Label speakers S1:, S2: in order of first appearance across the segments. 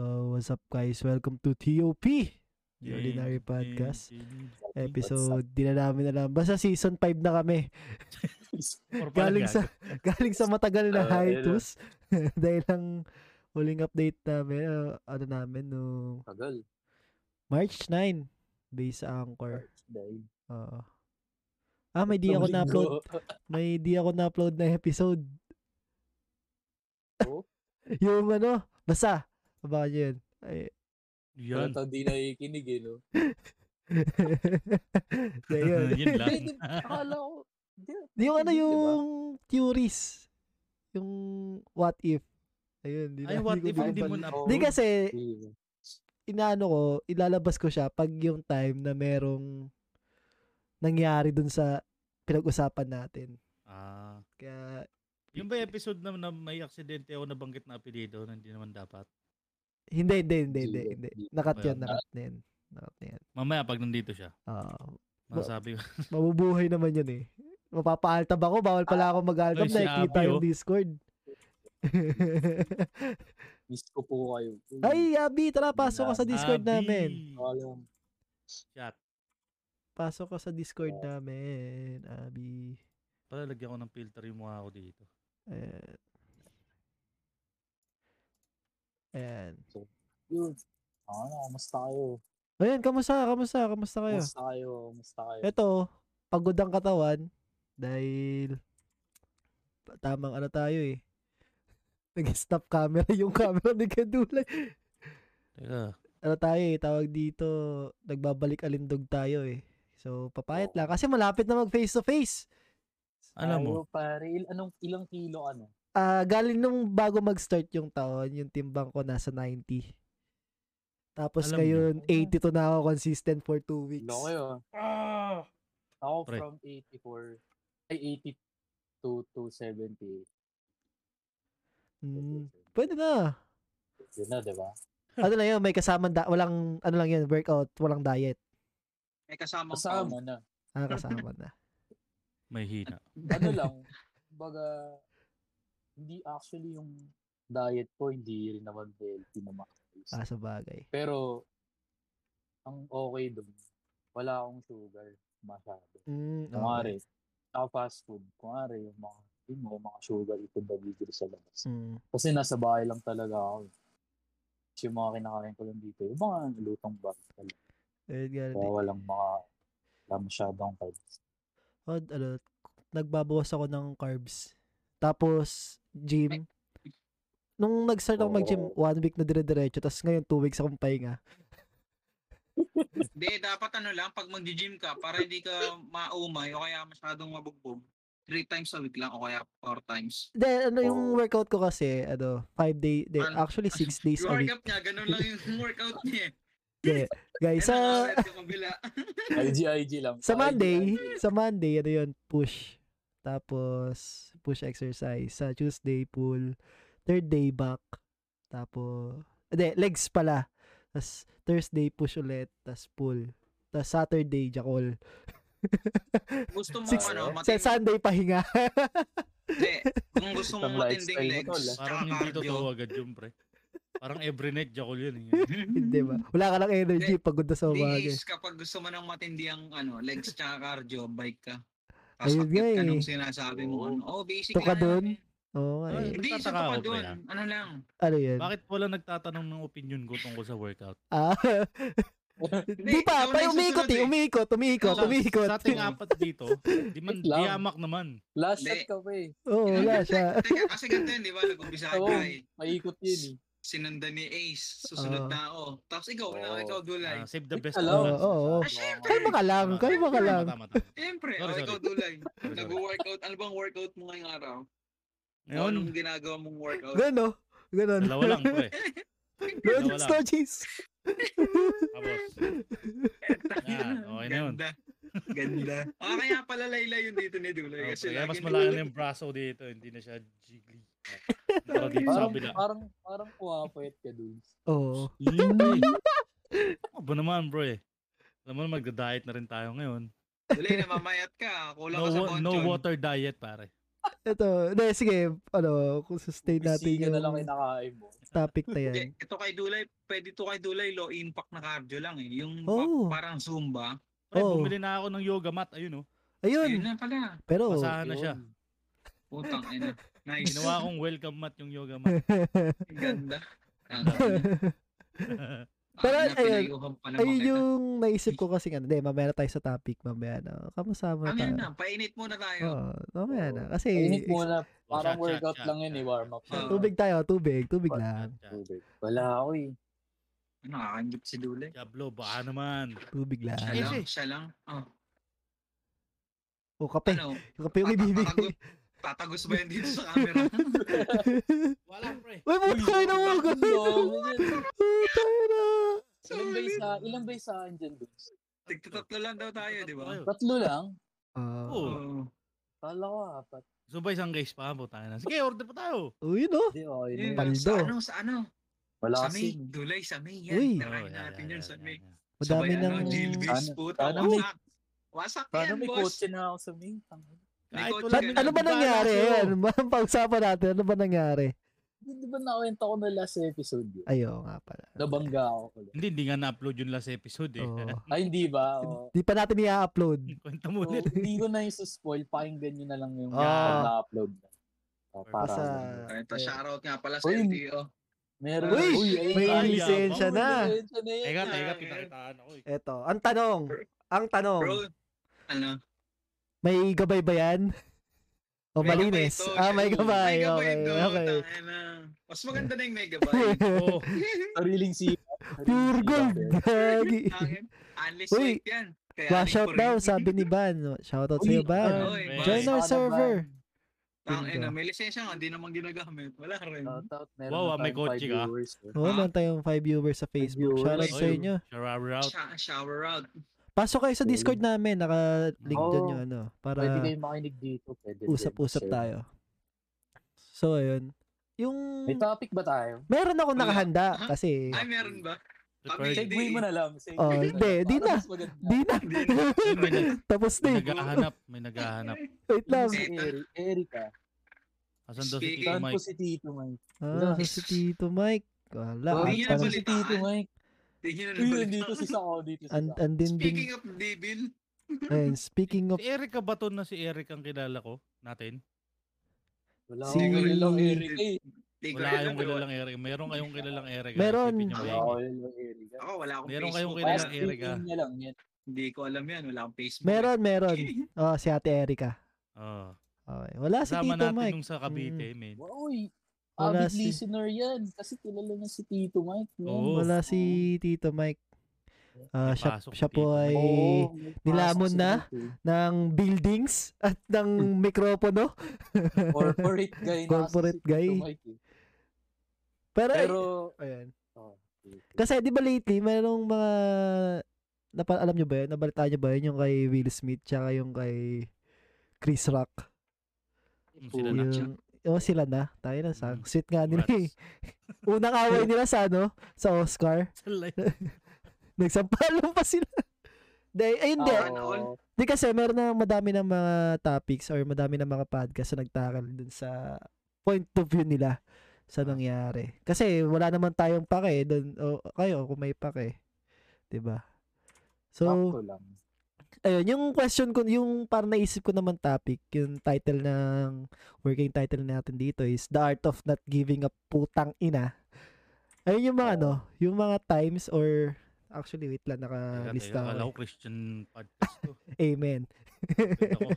S1: What's up guys? Welcome to TOP, The
S2: Game,
S1: Ordinary
S2: game,
S1: Podcast.
S2: game.
S1: Episode, di na namin alam. Basta season 5 na kami.
S2: Or parang
S1: Galing sa galing sa matagal na
S3: Ah, ayun
S1: hiatus. Dahil ang huling update namin, uh, ano namin, no
S3: Tagal.
S1: March 9, based sa Anchor.
S3: Dahil.
S1: Oo. Ah, may di ako
S3: Isang
S1: na-upload.
S3: linggo.
S1: May di ako na-upload na episode.
S3: Oh?
S1: Yung ano, basta. Baka nyo yun. Ay,
S3: Wala
S2: Yan.
S3: tao di nakikinig eh, no?
S1: so, yun.
S2: Yun lang.
S3: Hindi, akala ko. Hindi.
S1: yung ano,
S3: Diba?
S1: yung theories. Yung what if. Ayun, di
S2: Ay,
S1: na-
S2: what
S1: di ko
S2: if hindi mo
S1: binabalik.
S2: na
S1: Di kasi,
S3: Hindi.
S1: inaano ko, ilalabas ko siya pag yung time na merong nangyari dun sa pinag-usapan natin.
S2: Ah.
S1: Kaya,
S2: Yung ba episode na, na may aksidente ako nabanggit na apelido na hindi naman dapat?
S1: hindi, hindi, hindi, hindi,
S3: Sige.
S1: hindi. Nakat yun,
S2: Ayun.
S1: nakat na yun. Nakat na yun.
S2: Mamaya pag nandito siya,
S1: Oo. Ba-
S2: masasabi ko.
S1: mabubuhay naman yun eh. Mapapaaltab ako, bawal pala ako mag-altab,
S2: Ay, si
S1: nakikita
S2: Abby,
S1: yung
S2: oh.
S1: Discord.
S3: Miss ko po kayo.
S1: Ay, Abi, tara, pasok ka sa Discord
S2: Abi.
S1: namin.
S3: Akala ko.
S2: Chat.
S1: Pasok ka sa Discord namin, Abi.
S2: Palalagyan ko ng filter yung mukha ko dito.
S1: Ayan. Ayan.
S3: Yun. Ano, kamusta kayo?
S1: Ayan, kamusta, kamusta, kamusta kayo?
S3: Kamusta kayo? Kamusta kayo?
S1: Eto, pagod ang katawan dahil tamang ano tayo eh. Nag-stop camera yung camera ni Kadulay.
S2: Teka.
S1: ano tayo eh, tawag dito, nagbabalik alindog tayo eh. So, papayat lang. Kasi malapit na mag face to face.
S2: Alam mo,
S3: Tayo, pare, il- anong, ilang kilo ano?
S1: Ah, galing nung bago mag-start yung taon, yung timbang ko nasa 90. Tapos
S2: Alam
S1: ngayon, 82 na ako consistent for 2 weeks.
S3: Kilo kayo. Ah! Ako
S2: Pre.
S3: from 84, ay 82 to 78.
S2: Hmm.
S1: Mm, pwede na.
S3: Yun na, di ba?
S1: Ano na yun, may kasamang, da- walang, ano lang yun, workout, walang diet.
S4: May kasamang
S3: Kasama ano na.
S1: Ah, kasama na.
S2: may hina.
S3: ano lang, baga, hindi actually yung diet ko, hindi rin naman healthy na makakalis.
S1: Ah, sa bagay.
S3: Pero, ang okay dun, wala akong sugar masyado.
S1: Mm, okay.
S3: Kumari, okay. fast food, kumari, yung mga, yun mo, mga sugar ito nabibili sa labas.
S1: Mm.
S3: Kasi nasa bahay lang talaga ako. eh. Kasi yung mga kinakain ko lang dito, yung mga lutong bag. talaga.
S1: Ayun, ganun
S3: Kaya
S1: din.
S3: walang mga, wala masyadong carbs.
S1: O, ano, nagbabawas ako ng carbs. Tapos, gym. Nung nag-start ako mag-gym,
S3: Oo.
S1: one week na dire-diretso. Tapos ngayon, two weeks akong pahinga.
S4: Hindi, dapat ano lang, pag mag-gym ka, para hindi ka maumay o kaya masyadong mabugbog, three times a week lang o kaya four times.
S1: Then, ano, yung
S3: Oo.
S1: workout ko kasi, ano, five day, di,
S4: Parang-
S1: actually six days a
S4: Yung
S1: week.
S4: workout niya, ganun lang yung workout niya. eh.
S1: Guys,
S4: Yan ang
S1: sa,
S4: oras yung kabila.
S3: IG, IG lang.
S1: sa
S3: IG,
S1: Monday,
S3: IG.
S1: sa Monday, ano yun, push. Tapos, push exercise. Sa Tuesday, pull. Third day, back. Tapos, hindi, legs pala. Tapos, Thursday, push ulit. Tapos, pull. Tapos, Saturday, jackal.
S4: Gusto mo
S1: Six-
S4: ano,
S1: Sa
S4: matindi.
S1: Sunday, pahinga.
S4: Hindi, kung gusto mo
S3: Isang
S4: matinding
S3: lifestyle mo
S4: legs,
S3: tol, ah.
S4: tsaka
S2: Parang hindi
S4: cardio.
S1: oh.
S2: totoo agad yung pre. Parang every night jackal yun. eh.
S1: Hindi ba? Wala ka lang energy, pagod na sa umaga.
S4: Days, kapag gusto mo ng matindi ang ano, legs tsaka cardio, bike ka.
S1: Ayun
S4: Tapos
S1: nga
S4: akit ka
S1: eh.
S4: nung sinasabi mo. Ano. Oh, basic
S1: Ito ka
S4: lang
S1: dun?
S4: yun.
S1: Oo nga eh.
S2: Ay.
S4: Hindi, isa
S2: Nagtataka
S4: pa
S2: ako,
S4: dun.
S2: Freya.
S4: Ano lang.
S1: Ano yun?
S2: Bakit wala nagtatanong ng opinion ko tungkol sa workout?
S1: Ah,
S4: Hindi,
S1: di pa,
S4: ikaw na
S1: pa
S4: yung
S1: umiikot
S4: susunod
S1: eh. Umiikot, umiikot,
S2: Sa-
S1: umiikot.
S2: Ano, Sa ating apat dito, di man,
S3: Wait lang.
S2: diamak naman.
S3: Last
S4: Hindi.
S3: shot ka pa eh.
S1: Oo, wala siya.
S4: Teka, kasi ganito yun, di ba? Nag-umpisa
S3: Oo.
S4: ka eh.
S3: Maikot yun eh.
S4: Sinundan ni Ace,
S1: Oo.
S4: susunod na ako. Tapos ikaw,
S3: Oo.
S4: na ikaw dulay.
S2: Ah, save the best.
S3: Hello?
S2: for last.
S1: Oo, oo.
S4: Ah, syempre.
S1: Kalma ka lang,
S2: Tama,
S1: kalma ka
S2: tama,
S1: lang.
S2: tama, tama.
S4: Siyempre,
S2: Sorry,
S4: oh,
S2: sorry.
S4: ikaw dulay.
S2: Sorry, sorry.
S4: Nag-workout, ano bang workout mo ngayong araw? Ano
S2: Ngayon,
S4: anong ginagawa mong workout?
S1: Ganon, ganon.
S2: dalawa lang eh. pre.
S1: Ganon,
S2: Dalawa lang.
S1: stories.
S2: Tapos, Yan, okay na yun.
S4: Ganda. Ganda. Ah, kaya pala layla yun dito ni Dulay.
S2: Oh,
S4: Kasi
S2: kaya
S4: lagi
S2: mas
S4: ni-
S2: malaki na yung braso dito, hindi na siya jiggly. Para dito sa
S3: Parang,
S2: kabila.
S3: parang, parang kuwapayat ka dun.
S1: Oo.
S2: Hindi.
S1: eh.
S2: Ano ba naman bro eh? Alam mo na magda-diet na rin tayo ngayon.
S4: Dulay, namamayat ka. Kulang
S2: No,
S4: ka sa
S2: wa-
S4: ponchon.
S2: no water diet pare.
S1: Ito, de, sige, ano, kung sustain natin
S3: Bisiga
S1: yung...
S3: na lang kinakain mo.
S1: topic na yan.
S4: Eh, Ito kay Dulay, pwede to kay Dulay, low impact na cardio lang eh. Yung pa-
S1: Oo.
S2: Oh.
S4: parang Zumba.
S2: Pre,
S1: Oo.
S2: bumili na ako ng yoga mat. Ayun oh.
S1: Ayun.
S4: Ayun na pala.
S1: Pero,
S2: Basahan na Ano siya.
S4: Putang ina. Nice.
S2: Ginawa akong welcome mat yung yoga mat.
S4: Ganda. Pero
S1: Pero, ayun,
S4: pa na
S1: ayun
S4: makita.
S1: yung naisip ko kasi ano. Hindi, mamaya na tayo sa topic. Mamaya na. Kamasama
S4: Ano yun
S1: tayo.
S4: na, painit muna tayo.
S1: Oo, mamaya na. Kasi,
S3: Init muna. Parang
S2: Shot, shot,
S3: workout
S2: shot,
S3: lang yun eh,
S2: shot.
S3: warm up.
S4: Ah.
S1: Eh, tubig tayo. Tubig. Tubig lang.
S2: Shot, shot.
S3: Wala ako eh.
S4: Ano, Nakakangit si Dulay.
S2: Diablo, baka naman.
S1: Tubig lang.
S4: Siya
S2: Yes,
S4: lang,
S2: eh.
S4: siya lang. Oh,
S1: O Oh, kape.
S4: ano,
S1: Yung kape yung
S4: tata-
S1: ibibigay.
S4: tatagos- Tatagos ba yun dito sa camera?
S2: Wala, pre.
S1: Uy,
S3: Uy,
S1: putay na mo.
S3: bakit
S1: Putay
S3: daw ako dyan? Ilang
S1: na.
S3: ba sa ilang ba sa akin dyan, boss?
S4: Tigtatatlo lang daw tayo, di ba? Oh.
S2: Tatlo tayo.
S3: Tatlo lang.
S1: Ah,
S2: Oo.
S4: Oo.
S3: Kala ko apat.
S2: So ba isang case pa? Puta na. Sige, order pa tayo.
S1: Uy, no?
S3: Hindi, okay na
S4: Yun,
S3: yun.
S1: Paldo.
S4: Sa ano, sa ano?
S3: Wala
S4: Sa May,
S3: kasi.
S4: Dulay, sa May. Yan,
S1: Uy.
S4: try
S2: Oh, yeah,
S4: natin
S2: yeah,
S4: yun
S2: yeah,
S4: sa
S2: yeah,
S4: May.
S2: yeah.
S1: Madami
S4: Sabay,
S1: ng...
S4: ano, Gilbis,
S3: Sana-
S4: puta.
S3: sana may-
S4: wasak. Wasak
S3: Paano
S4: yan,
S3: may
S4: boss.
S3: kotse na ako sa main?
S2: Kahit
S4: May
S2: wala
S1: Ba't-
S4: kotse
S2: na-
S4: ka
S1: ano ba
S2: bahala
S1: nangyari?
S2: sa'yo.
S1: Ano ba ang pag-usapan natin? Ano ba nangyari?
S3: Hindi ba nakawenta ko na last episode yun?
S1: Ayo nga pala.
S3: Nabangga ako ulit.
S2: Hindi, hindi nga na-upload yung last episode eh.
S1: Oo.
S3: Ay, hindi ba? Oo.
S1: Oh. Di pa natin i-upload.
S2: Kwenta
S3: So,
S2: mo
S4: Oh.
S2: ulit.
S3: hindi ko na yung suspoil. Pakinggan nyo na lang yung
S1: Ah.
S3: pag na-upload na. O, para.
S1: Basta...
S4: Ah, Ito, shoutout nga pala sa
S3: Uy,
S4: LTO.
S3: Meron.
S1: Uy!
S3: ayun
S1: May
S3: na.
S2: Ay,
S1: lisensya
S2: yabang.
S1: na.
S3: Lisensya na yun.
S2: Teka,
S4: na,
S2: teka,
S4: eh.
S2: pinakitaan ako eh.
S1: Eto, ang tanong. Ang tanong.
S4: Bro, ano?
S1: May gabay ba yan? O
S4: Mega
S1: malinis?
S4: Byte to,
S1: Ah, may
S4: syempre.
S1: gabay.
S4: Mega
S1: Okay,
S4: Byte to,
S1: okay.
S4: tangin na. Mas maganda na yung Megabyte.
S2: Oo.
S1: Oh,
S3: Sariling sipa. Sariling
S1: Pure
S3: sipa,
S1: gold.
S3: pero-
S1: Gagi.
S4: Tangin. Unless
S1: Uy,
S4: wait yan. Kaya
S1: Wash out
S4: link ko
S1: daw,
S4: rin.
S1: sabi ni Ban. Shout out
S3: Uy,
S1: sa'yo, Ban.
S3: ah,
S4: Oy,
S2: Ban.
S1: Join our
S3: Sana
S1: server.
S4: Tangin
S1: Bingo.
S4: na, may lisensya nga, di naman ginagamit. Wala rin.
S3: Shoutout, meron
S2: Wow,
S3: na
S2: ah, may
S3: tayong
S2: kotse
S3: five
S2: ka.
S3: viewers, eh.
S1: Oo,
S4: Ah.
S1: meron tayong 5 viewers sa Facebook.
S3: viewers.
S1: Shout out
S2: Oy,
S1: sa inyo.
S2: Shower out.
S4: Sha- shower out.
S1: Pasok kayo sa Discord namin. Naka-link dyan
S3: Oo.
S1: yung ano. Para
S3: Pwede kayong makinig dito. Pwede din,
S1: usap-usap
S3: sir.
S1: tayo. So, ayun. Yung...
S3: May topic ba tayo?
S1: Meron akong
S4: Wala.
S1: nakahanda
S4: Ha?
S1: kasi...
S4: Ano Ay, meron ba?
S2: Prepared.
S4: Hindi.
S3: Segway mo na lang. Segway
S1: Oh,
S3: mo na
S1: hindi,
S3: lang,
S1: di
S3: para
S1: na.
S3: mas maganda.
S1: Di na.
S4: Hindi
S2: May nag-
S1: Tapos na.
S2: may
S1: eh.
S2: naghahanap. May naghahanap.
S1: Wait lang.
S3: Si
S4: Ito.
S3: Eri- Erica.
S2: Asan daw si Tito
S4: Speaking-
S3: Saan po
S2: Mike?
S3: si Tito Mike?
S1: Ah, so si Tito Mike. Wala. At
S4: Hindi niya
S1: ang,
S3: Saan si Tito
S4: nabalitaan.
S3: Mike?
S4: Di nyo na
S3: Uy,
S4: nabalitaan.
S3: nandito si Sao. Dito si
S1: and,
S3: Sao.
S1: andin din.
S4: Speaking of Devil,
S1: Ayun, speaking of
S2: Si Eric ka ba to na si Eric ang kilala ko? Natin?
S3: Wala
S1: si-
S3: akong kilalang Erica eh.
S4: di ko
S2: Wala
S4: alam
S2: kayong
S4: kung-
S2: kilalang Eric. Meron kayong kilalang Eric. ah.
S1: Meron.
S2: Isipin niyo ba
S3: Wala
S2: yun?
S3: akong kilalang Erica.
S4: Ako, wala akong
S2: Meron kayong
S4: Facebook.
S2: kilalang
S4: Wala-
S2: Erica.
S3: Speaking ah. niya lang yan.
S4: Hindi ko alam yan. Wala akong Facebook.
S1: Meron, meron. Oh, si Ate Erika.
S2: Oo.
S1: Okay. Wala si
S2: Oh. Kasama
S1: Tito
S2: natin
S1: Mike. Mm.
S2: nung sa Cavite, man.
S3: Uy,
S1: Wala
S3: avid
S1: si-
S3: listener yan. Kasi kilala na si Tito Mike. yan.
S2: Oo.
S1: Wala si Tito Mike. Ah, siya,
S2: Ipasok
S1: siya
S2: si
S1: po
S2: Tito
S1: ay
S3: Oo, may pasok
S1: nilamon
S3: si
S1: na?
S3: Tito.
S1: ng buildings at ng mikropono.
S3: Corporate guy. na kasi si
S1: Corporate
S3: Tito
S1: guy.
S3: Mike eh.
S1: Pero,
S3: Pero,
S1: ayun.
S3: oh, Tito.
S1: Kasi di ba lately, mayroong mga, napa, alam nyo ba yun? Nabalita nyo ba yun? Yung kay Will Smith, tsaka yung kay Chris Rock.
S2: Sila na.
S1: yung, oh, sila na. Tayo na, sa
S2: Mm.
S1: Sweet nga nila eh.
S2: Congrats.
S1: Unang away nila sa ano, sa Oscar.
S2: Sa live.
S1: Nagsampalong pa sila. Dahil, ayun
S3: Ah,
S1: di.
S4: all.
S3: oo.
S1: Di kasi meron na madami ng mga topics or madami ng mga podcast na nagtakal dun sa point of view nila
S2: Ah.
S1: sa nangyari. Kasi wala naman tayong pake doon o kayo kung may pake. 'Di ba? So,
S3: Sakto lang.
S1: ayun, yung question ko, yung para naisip ko naman topic, yung title ng working title natin dito is The Art of Not Giving a Putang Ina. Ayun yung mga ano, yung mga times or actually wait lang
S2: Teka,
S1: nakalista
S2: teka, Akala
S1: Ah, ako.
S2: ko Christian podcast to.
S1: eh. Amen.
S2: Ganda ko.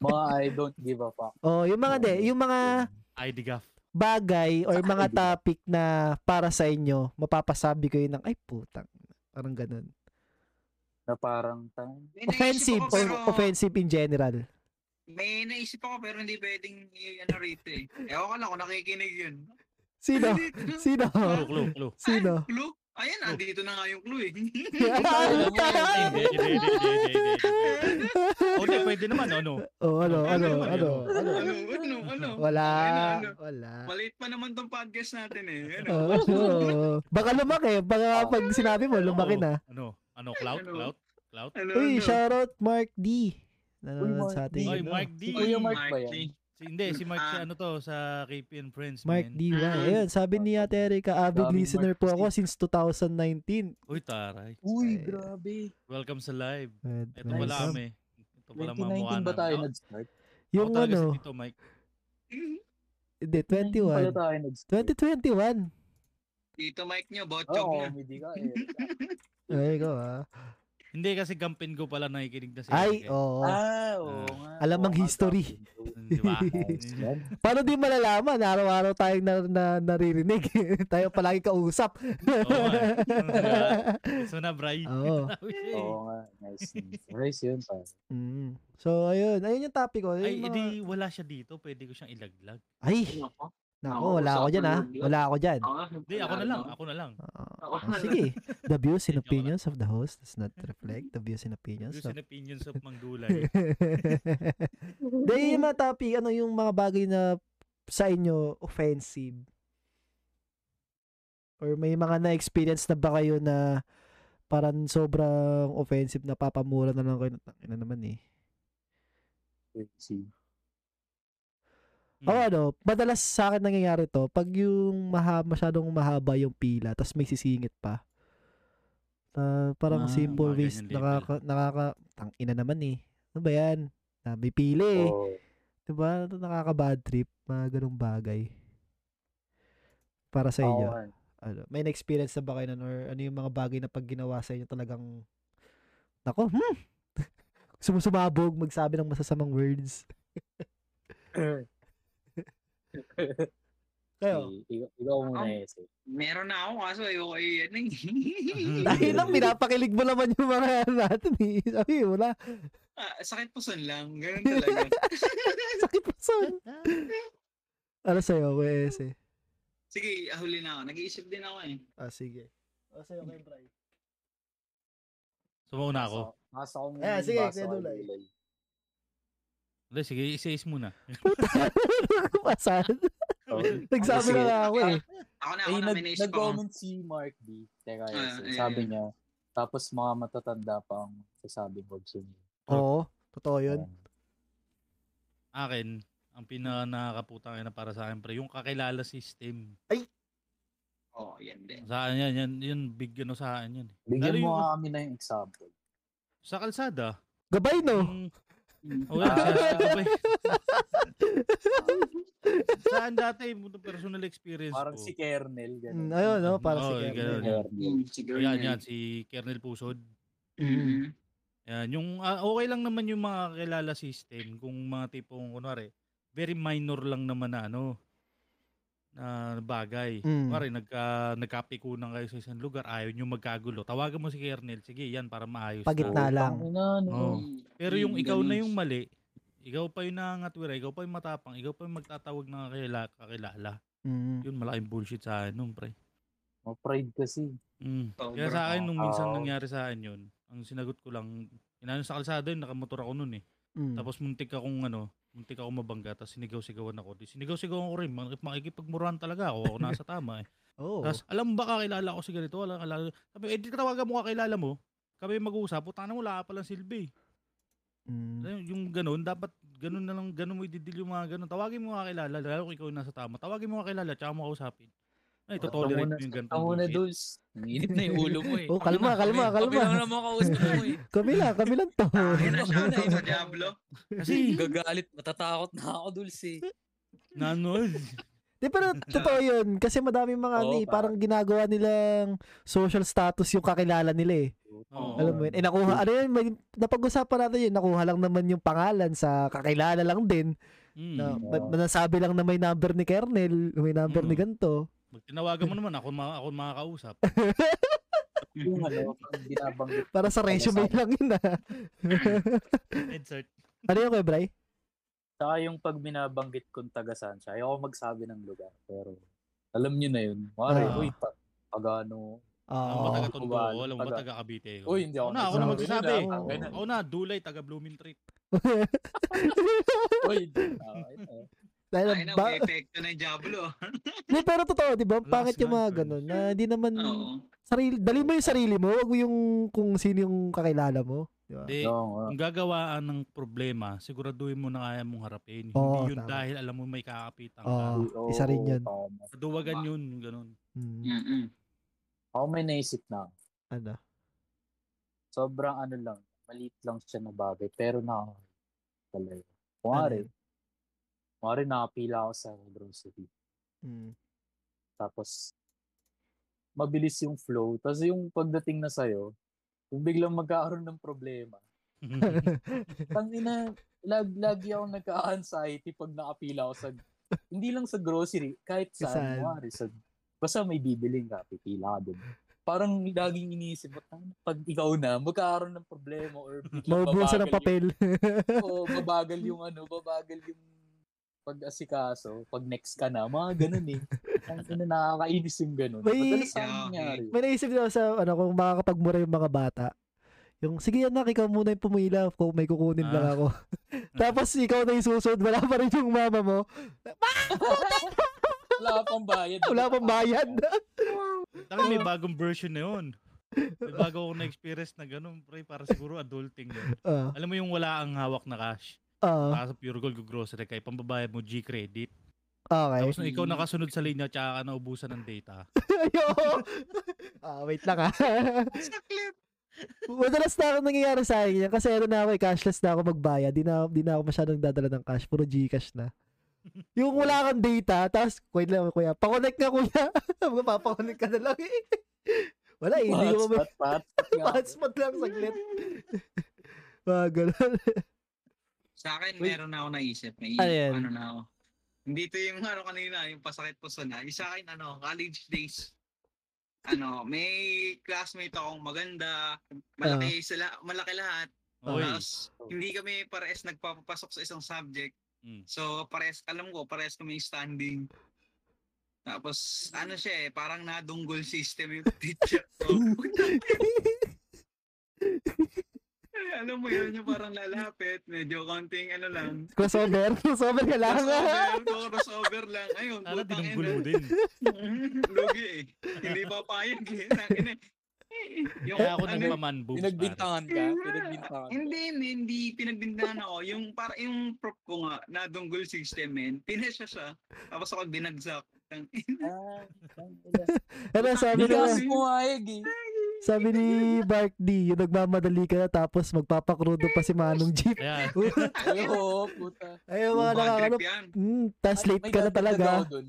S3: Mga I don't give a fuck.
S1: Oh, yung mga
S3: Oo.
S1: de, yung mga
S2: ID gaff.
S1: bagay or
S3: Saka
S1: mga
S3: kaibigan.
S1: topic na para sa inyo, mapapasabi ko yun ng, ay putang, parang ganun.
S3: Na parang, tang,
S4: May naisip
S1: Offensive,
S4: ako,
S1: or
S4: pero-
S1: offensive in general.
S4: May naisip ako pero hindi pwedeng i-ano rito eh. Ewan ko lang kung nakikinig yun.
S1: Sino? Sino?
S2: Clue, clue, clue.
S1: Sino? Ano
S4: Ay, clue? Ayan, andito na nga yung clue eh.
S2: Hindi, hindi, hindi, hindi, hindi, hindi, hindi. O, di, pwede naman, ano?
S1: oh, ano, ano, ano, ano?
S4: ano, ano, ano?
S1: Wala,
S4: Ano, ano?
S1: wala.
S4: Maliit pa naman tong podcast natin eh. Ano?
S1: Oh, oh. Baka lumaki,
S2: Oh.
S1: baka pag sinabi mo, lumaki na.
S2: Ano? Ano, clout?
S4: Ano?
S2: Clout? Clout?
S4: Ano,
S1: Uy,
S4: ano?
S1: shoutout Mark D.
S3: Uy,
S1: Nanonood
S3: Mark
S1: sa
S3: D.
S1: atin.
S2: Ay,
S1: ano?
S2: Mike D.
S3: Kuya Mark ba
S4: Mike
S3: yan?
S4: Lee.
S2: Si, hindi, si Mark si
S4: Ah.
S2: ano to sa KPN Friends,
S1: Mark
S2: man.
S1: DY.
S4: Mm.
S1: Ayun, sabi ni Ate Erica, avid
S5: Daming
S1: listener
S5: Mark
S1: po ako since 2019.
S2: Uy, taray.
S5: Uy,
S1: Ay.
S5: grabe.
S2: Welcome sa live.
S1: Good,
S2: Ito
S1: nice.
S2: pala
S5: Welcome.
S2: kami. Ito pala mga mukha
S5: 2019 ba
S2: namin.
S5: tayo
S2: Ako-
S5: nag-start?
S2: ako
S1: Yung
S2: talaga
S1: ano,
S2: Si Tito Mike.
S4: eh.
S1: hindi,
S5: 19
S1: 21.
S5: pala tayo nag-start.
S1: 2021.
S4: Dito mic nyo, botchog
S5: Oo,
S4: na.
S5: hindi ka eh.
S1: Ay, ko ah.
S2: Hindi kasi gampin ko pala nakikinig na si
S1: Ay, oh.
S2: Eric eh.
S1: oo.
S5: Ah, oo
S2: Ah.
S5: nga.
S1: Alam
S5: Oo nga,
S1: ang
S5: oh,
S1: history.
S5: dapat.
S2: Di ba?
S5: Ayos yan.
S1: Paano di malalaman? Araw-araw tayong na, na, naririnig. Tayo palagi kausap.
S2: Oo, eh. So na, Bray.
S1: Oo.
S2: eh.
S5: Oo
S1: Oh.
S5: nga, nice. Nice yun, pare.
S1: Mm. So, ayun. Ayun yung topic ko.
S2: Ay,
S1: Ay, mga...
S2: edi wala siya dito. Pwede ko siyang ilaglag.
S1: Ay,
S4: Ako?
S1: nako, wala ako dyan ha. Wala ako dyan.
S2: Hindi, ako na lang. Ako na lang.
S1: Oo.
S4: Ako
S1: Ah,
S4: na lang.
S1: sige. The views and
S2: Joke lang.
S1: opinions of the host does not reflect the views and opinions
S2: Views
S1: of...
S2: and opinions of Manggulay.
S1: Dahil yung mga topic, ano yung mga bagay na sa inyo offensive? Or may mga na-experience na ba kayo na parang sobrang offensive na papamura na lang kayo? Ano naman eh.
S5: Crazy.
S2: Hmm.
S1: Oo, ano, madalas sa akin nangyayari to, pag yung maha, masyadong mahaba yung pila, tapos may sisingit pa. Ah, parang
S2: Ah,
S1: simple
S2: mga
S1: ways,
S2: ganyan
S1: nakaka, nakaka, tang ina naman eh. Ano ba yan? Na may pili eh.
S5: Oo.
S1: Diba? Nakaka-bad trip, mga ganong bagay. Para sa
S5: Ako
S1: inyo.
S5: nga. eh.
S1: Ano, may na-experience na ba kayo nun? Or ano yung mga bagay na pag ginawa sa inyo talagang, nako, hmm! sumusumabog, magsabi ng masasamang words. Kayo,
S5: I- ikaw- Ikaw muna eh. sir.
S4: Meron na ako kaso ayoko eh. Ano
S2: Mhm.
S4: eh.
S1: Dahil lang, pinapakilig mo naman yung mga natin eh. Sabi mo na,
S4: Ah, sakit puson lang. Ganun talaga.
S1: sakit mo son. Ano sa'yo, WS eh.
S4: Sige, ah, huli na ako. Nag-iisip din ako eh.
S1: Ah, sige. Ano sa'yo kay Bray?
S2: So, mauna ako.
S5: Nasa- Nasa ko muna
S1: Ayan,
S5: yung
S1: Eh, sige,
S5: baso
S1: Kuya
S5: kay
S1: Dulay.
S5: Dulay. oh.
S2: Hindi, sige, isa-is muna.
S1: Pasan.
S5: Oh,
S1: Ano Nagsabi na nga ako eh.
S4: Ako na, ako
S5: Ay,
S4: na.
S5: nag,
S4: May naisip ako.
S5: nag-comment si Mark D. Teka,
S4: Ah,
S5: yes,
S4: yeah,
S5: sabi
S4: yeah.
S5: niya, tapos mga matatanda pa ang sasabi huwag sumi.
S1: Ah. Oo, totoo yun.
S2: Akin, ang pinaka nakakaputang na para sa akin, pre, yung kakilala system.
S4: Oo, Oh, yan din.
S2: Sa akin yan, yan, yun, big ano sa akin yan. eh.
S5: Bigyan
S2: Lalo
S5: mo
S2: yung-
S5: nga kami na yung example.
S2: Sa kalsada.
S1: Gabay no?
S2: yung-
S4: Mm.
S2: Oh, yan,
S5: Ah.
S2: sinasabi ko ba eh. Saan dati, yung personal experience
S5: Parang
S2: ko.
S5: si Kernel. Ganun.
S1: Mm, ayun, no? Para si
S2: Oo,
S1: Kevin.
S2: Oh, ganun.
S5: Kernel.
S4: Mm, Siguro
S2: Yan, yan, si Kernel Pusod.
S4: Mm.
S2: Yan, yung ah, okay lang naman yung mga kakilala system kung mga tipong kunwari very minor lang naman na ano na bagay.
S1: Mm.
S2: Kunwari nagka nagkapikunan kayo sa isang lugar, ayaw nyo magkagulo. Tawagan mo si Kernel, sige, yan para maayos. na.
S1: Pagitna lang.
S5: Tangina, no?
S2: Oo. Oh. Pero yung ikaw na
S4: Hmm, ganun.
S2: yung mali, ikaw pa yung nangangatwira, ikaw pa yung matapang, ikaw pa yung magtatawag ng kakilala, kakilala.
S1: Mm.
S2: Yun malaking bullshit sa akin nun, pre.
S5: Ma-pride kasi.
S2: Mm.
S4: Sobra.
S2: Kaya sa akin, nung minsan
S5: Oo.
S2: nangyari sa akin yun, ang sinagot ko lang, inaano sa kalsada yun, nakamotor ako nun eh.
S1: Mm.
S2: Tapos muntik akong ano, muntik ako mabangga, tapos sinigaw-sigawan ako. Di sinigaw-sigawan ko rin, mak- makikipagmurahan talaga ako, ako nasa tama eh.
S1: Oo.
S2: Tapos, alam mo ba kakilala ko si ganito? Wala kakilala. Sabi, eh, di tawagan mo kakilala mo. Kami mag-uusap, puta na wala ka palang silbi.
S1: Mm.
S2: Alam mo, Yung ganun, dapat ganun na lang, ganun mo ididil yung mga ganun. Tawagin mo kakilala, lalo kung ikaw yung nasa tama. Tawagin mo kakilala, tsaka mo kausapin. Ay, totolerate mo yung ganitong
S5: Ako muna,
S2: bullshit.
S5: Duls.
S3: Init na yung ulo mo eh.
S1: Oh, kalma,
S3: Kape
S1: kalma,
S3: na, kape. Kape
S1: kalma.
S3: lang naman kausap mo eh.
S1: Kamila, kamilan to.
S4: Tangin na siya
S3: Ano,
S4: sa
S3: ano?
S4: Diablo.
S2: Kasi,
S3: Gagalit, matatakot na ako, eh. Dulce.
S2: na ano,
S1: Di pero totoo yun. Kasi madami mga ano
S5: Oo,
S1: eh, parang ginagawa nilang social status yung kakilala nila eh.
S2: Oo.
S1: Alam mo yun. Eh nakuha, ano yun, may, napag-usapan natin yun, nakuha lang naman yung pangalan sa kakilala lang din.
S2: mm.
S1: Na,
S5: Mm.
S1: ba- nasabi lang na may number ni Kernel, may number ni
S2: Mm.
S1: ganito.
S2: Pag tinawagan mo naman, ako, ma- ako makakausap.
S5: Yung ano, pag binabanggit.
S1: Para sa resume lang yun ah.
S2: Mm. Insert.
S1: ano yun kay Bray?
S5: Saka yung pag binabanggit kong tagasan siya, ayoko magsabi ng lugar. Pero, alam niyo na yun. Mare,
S1: Ah.
S5: uy, pag, pag ano,
S2: Alam
S1: Oo.
S2: mo taga Tondo
S5: Kumbaga,
S2: ako, alam mo ba
S5: taga-
S2: taga Cavite ako.
S5: uy, hindi ako
S2: Una, ako na
S1: nagsabi
S2: magsasabi.
S1: nun, ah.
S5: Tangina.
S2: Ako na, Dulay, taga Blooming Treat.
S1: Oh.
S5: Uy, ah, ayun, ah.
S1: Dahil
S4: Ay, na,
S1: ba,
S4: may epekto ng Diablo.
S1: Hindi, pero totoo, di ba? Ang
S2: Last
S1: Pangit yung mga
S2: night,
S1: ganun. Na hindi naman,
S4: Oo.
S1: sarili, dali mo yung sarili mo, wag mo yung kung sino yung kakilala mo. Di ba?
S5: Ah,
S2: Di,
S3: Oo nga.
S2: kung gagawaan ng problema, siguraduhin mo na kaya mong harapin.
S1: Oo,
S2: Hindi yun
S1: tama.
S2: dahil alam mo may kakapitan
S1: Oo.
S2: ka.
S3: Oo,
S1: isa rin yun.
S3: tama.
S2: Duwagan yun, ganun.
S1: Mm,
S4: Mm-mm.
S3: Ako may naisip na.
S1: ano?
S3: Sobrang ano lang. Maliit lang siya na bagay. Pero na talaga. Kumari.
S1: Ano
S3: Kumari nakapila ako sa grocery.
S1: Mm.
S3: Tapos mabilis yung flow. Tapos yung pagdating na sa'yo, kung biglang magkakaroon ng problema, Tangina, lag, lagi ako nagka-anxiety pag nakapila ako sa, hindi lang sa grocery, kahit sa,
S1: Saan?
S3: Wari, sa basta may bibiling ka, pipila ka dun. Parang laging iniisip, "Ba't tangina, pag ikaw na, magkakaroon ng problema or biglang
S1: Mabubulsa ng
S3: babagal
S1: papel.
S3: Yung, oo, babagal yung ano, babagal yung pag-asikaso, pag next ka na, mga ganun eh. Ang ina nakakainis yung ganun.
S1: May-
S3: Madalas sa akin
S4: Yeah,
S3: nangyari.
S1: May naisip din ako sa ano kung makakapagmura yung mga bata. Yung sige anak, ikaw muna yung pumila kung may kukunin lang
S2: Ah.
S1: ako. Tapos ikaw na yung susunod, wala pa rin yung mama mo.
S3: Wala pang bayad.
S1: Wala pang bayad.
S2: Tangin, may bagong version na yun. May bago akong na-experience na ganun, pre, para siguro adulting yun.
S1: Ah,
S2: Alam mo yung wala ang hawak na cash.
S1: ah,
S2: Para sa pure gold, grocery kay pambabayad mo G-credit.
S1: ah, okay.
S2: Tapos na ikaw nakasunod sa linya, tsaka ka naubusan ng data.
S1: Ayoko. ah, wait lang ah.
S4: Saklit.
S1: Madalas na ako nangyayari sa akin yan kasi ano na ako, eh, cashless na ako magbayad. Di na, di na ako masyadong dadala ng cash. Puro Gcash na. Yung wala kang data, tapos, wait lang, kuya, pakonect ka, kuya. Magpapakonect ka na lang eh. Wala, eh, hindi ko
S3: Hotspot, hotspot nga.
S1: Hotspot lang saglit. Mga ganun.
S4: Sa akin,
S1: Wait.
S4: meron na ako naisip. May
S1: Ano yan?
S4: ano na ako. Dito yung ano kanina, yung pasakit po sa na. Yung Sa akin, ano, college days. Ano, may classmate akong maganda. Malaki sila, malaki lahat.
S2: Ah. Oy.
S4: Tapos, hindi kami pares nagpapapasok sa isang subject.
S2: Mm.
S4: So, pares, alam ko, pares kami standing. Tapos, ano siya eh, parang nadunggol system yung teacher ko. Eh, alam mo yun, yung parang lalapit, medyo konting ano lang.
S1: crossover. Crossover ka lang.
S4: Crossover, no, crossover lang. Ayun,
S2: Sana
S4: putang
S2: dinanggol mo
S4: ina.
S2: din.
S4: Lugi eh. Hindi papayag eh. Tangina eh. Yung
S2: Kaya ako
S4: ano-
S2: nagpaman boobs, pare.
S6: Pinagbintangan ka. Pinagbintangan ka.
S4: Hindi, hindi, hindi pinagbindahan ako. Yung para yung prop ko nga, nadunggol system men. Pinesya siya. Tapos ako binagsak. Tang-
S3: Ah, tangina.
S1: Ano sabi
S3: Hindi
S1: ka?
S3: ka kasi pumayag eh.
S1: Sabi ni Bark D, yung nagmamadali ka na tapos magpapakrudo pa si Manong Jeep.
S2: Ayan.
S3: Ay, oo, puta.
S1: Ay, yung mga
S4: Bad
S1: nakakano.
S4: trip yan.
S1: Mm, tas late
S3: Ay,
S1: ka na
S3: dadagdag
S1: talaga.
S3: ako dun.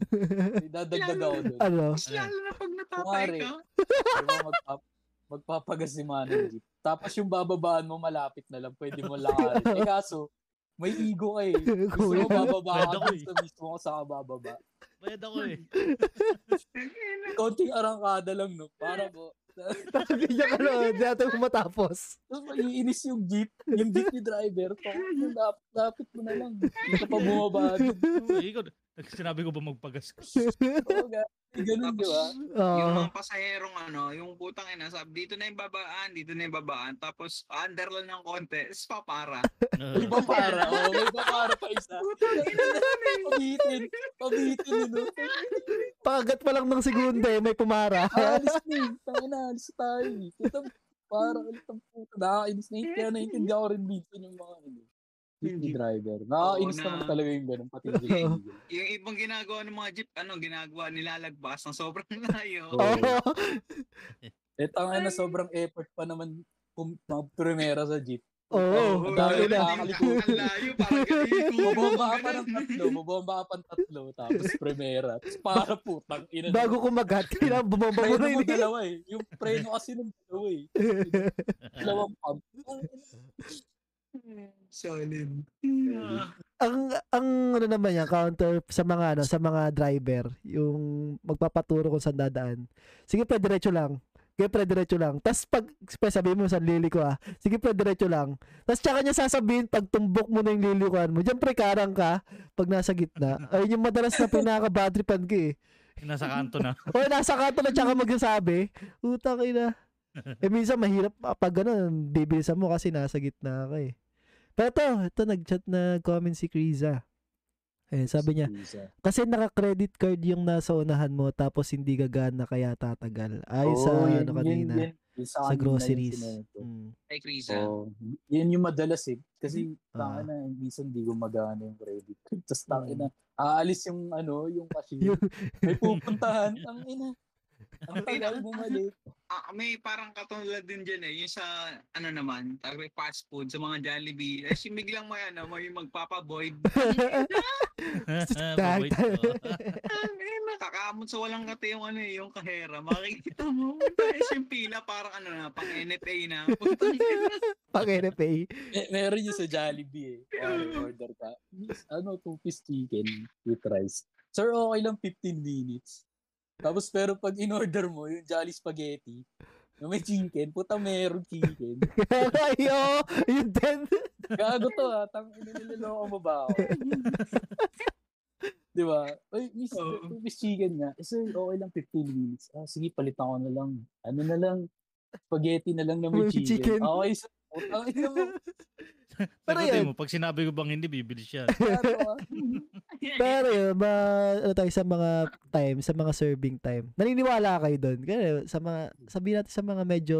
S3: May dadagdag ako dun.
S1: Ano?
S4: Mas lalo na pag natatay
S3: Kumare.
S4: ka.
S3: Di ba magpap- magpapagas ni Manong Jeep. Tapos yung bababaan mo malapit na lang, pwede mo lakarin. Eh kaso, may ego ka eh. Gusto
S1: Kuya.
S3: mo bababa
S2: Pwede
S3: ka,
S2: ako eh.
S3: gusto mismo ko sa kabababa.
S2: Bayad ako eh.
S4: Tangina.
S3: Konting arangkada lang, no? Para po.
S1: Sabi niya ka na, di natin matapos.
S3: Tapos maiinis yung jeep, yung jeep ni driver. to. Lap- Lapit mo na lang. Hindi ka pa bumaba.
S2: Eh, Ikaw, sinabi ko ba magpagas ka?
S3: Oo, ga- ganun, di ba?
S4: Yung
S1: Oo.
S4: mga pasaherong ano, yung putang ina, sabi, dito na yung babaan, dito na yung babaan. Tapos, under lang ng konti, tapos papara.
S3: May papara. Oh, may papara pa isa. Pabitin. Pabitin yun.
S1: Pakagat pa lang ng segunda eh, may pumara.
S3: Alis na yun. Tangin na, alis tayo. eh. Puta, para ulit ang puta. Nakakainis na yun. Kaya naiintindihan ko rin minsan yung mga ano. Jeepney driver. Nakakainis
S4: Oo na.
S3: naman talaga yung ganun. Pati yung
S1: Oo.
S3: jeepney.
S4: Yung ibang ginagawa ng mga jeep, ano, ginagawa, nilalagpas ng sobrang layo.
S3: Oo.
S1: Oo.
S3: Eh, tangin na sobrang effort pa naman pum- mag-primera sa jeep.
S1: Oo.
S4: Oo,
S1: Ang dami na.
S4: ang ang layo, parang galing.
S3: Mabomba ka pa ng tatlo. Mabomba ka pa ng tatlo. Tapos primera. Tapos para putang ina.
S1: Bago kumagat, kailangan bumaba mo
S3: Preno
S1: na
S3: mo
S1: yun.
S3: dalawa eh. Yung preno kasi ng dalawa eh. Dalawang pump.
S4: Solid.
S3: Hmm.
S1: ang ang ano naman yan counter sa mga ano sa mga driver yung magpapaturo kung saan dadaan sige pre diretso lang sige pre diretso lang tas pag pre, sabi mo sa lili ko ah sige pre diretso lang tas tsaka niya sasabihin pag tumbok mo na yung lilikuan mo diyan pre karang ka pag nasa gitna ayun yung madalas na pinaka bad tripan ko eh
S2: Nasa kanto na.
S1: o nasa kanto na tsaka magsasabi utang ina eh minsan mahirap ah, pag ganun bibilisan mo kasi nasa gitna ka eh pero ito, ito nag-chat na comment si Kriza. Ayun, sabi niya,
S3: Visa.
S1: kasi naka-credit card yung nasa unahan mo tapos hindi gagana kaya tatagal. Ay sa
S3: Oo, Oh, yun,
S1: ano
S3: yun,
S1: kanina,
S3: yun. Yun sa kanina
S1: sa
S3: yung
S1: groceries.
S3: sinabi ko.
S1: Mm.
S4: Ay, Krisa.
S3: Oo. Yun yung madalas eh. Kasi
S1: Ah.
S3: tanga na, minsan hindi gumagana yung credit card. Tapos tanga
S1: Mm.
S3: na, aalis yung ano, yung cashier.
S1: Yung-
S3: May pupuntahan. Ang ina. Ang tagal bumalik.
S4: Ah, may parang katulad din dyan eh. Yung sa, ano naman, tawag may fast food, sa mga Jollibee. Eh, si biglang may ano, may magpapaboid.
S1: Tag-
S4: Ang ina, kakamot sa walang kate yung ano eh, yung kahera. Makikita mo, tapos yung pila parang ano na, pang NFA na. Putang ina.
S1: Pang NFA.
S3: Mer- meron yung sa Jollibee eh. Or- Order ka. Miss, Ano, two-piece chicken with rice. Sir, okay lang 15 minutes. Tapos pero pag in-order mo, yung Jolly Spaghetti, na may chicken, puta meron chicken.
S1: Ayo, yun din.
S3: Gago to ha, tangin nililoko mo ba ako? Di ba? Ay, miss,
S4: Oo.
S3: two-piece chicken nga. Eh, sir, okay lang 15 minutes. Ah, sige, palitan ko na lang. Ano na lang, spaghetti na lang na may
S1: May
S3: chicken.
S1: chicken.
S3: Okay, sir. Putang ina mo.
S1: Pero
S2: Pero
S1: yun.
S2: mo, pag sinabi ko bang hindi, bibili siya.
S3: Gago ah.
S1: Pero yun, ma- ano tayo sa mga time, sa mga serving time. Naniniwala kayo doon. Kaya sa mga, sabihin natin sa mga medyo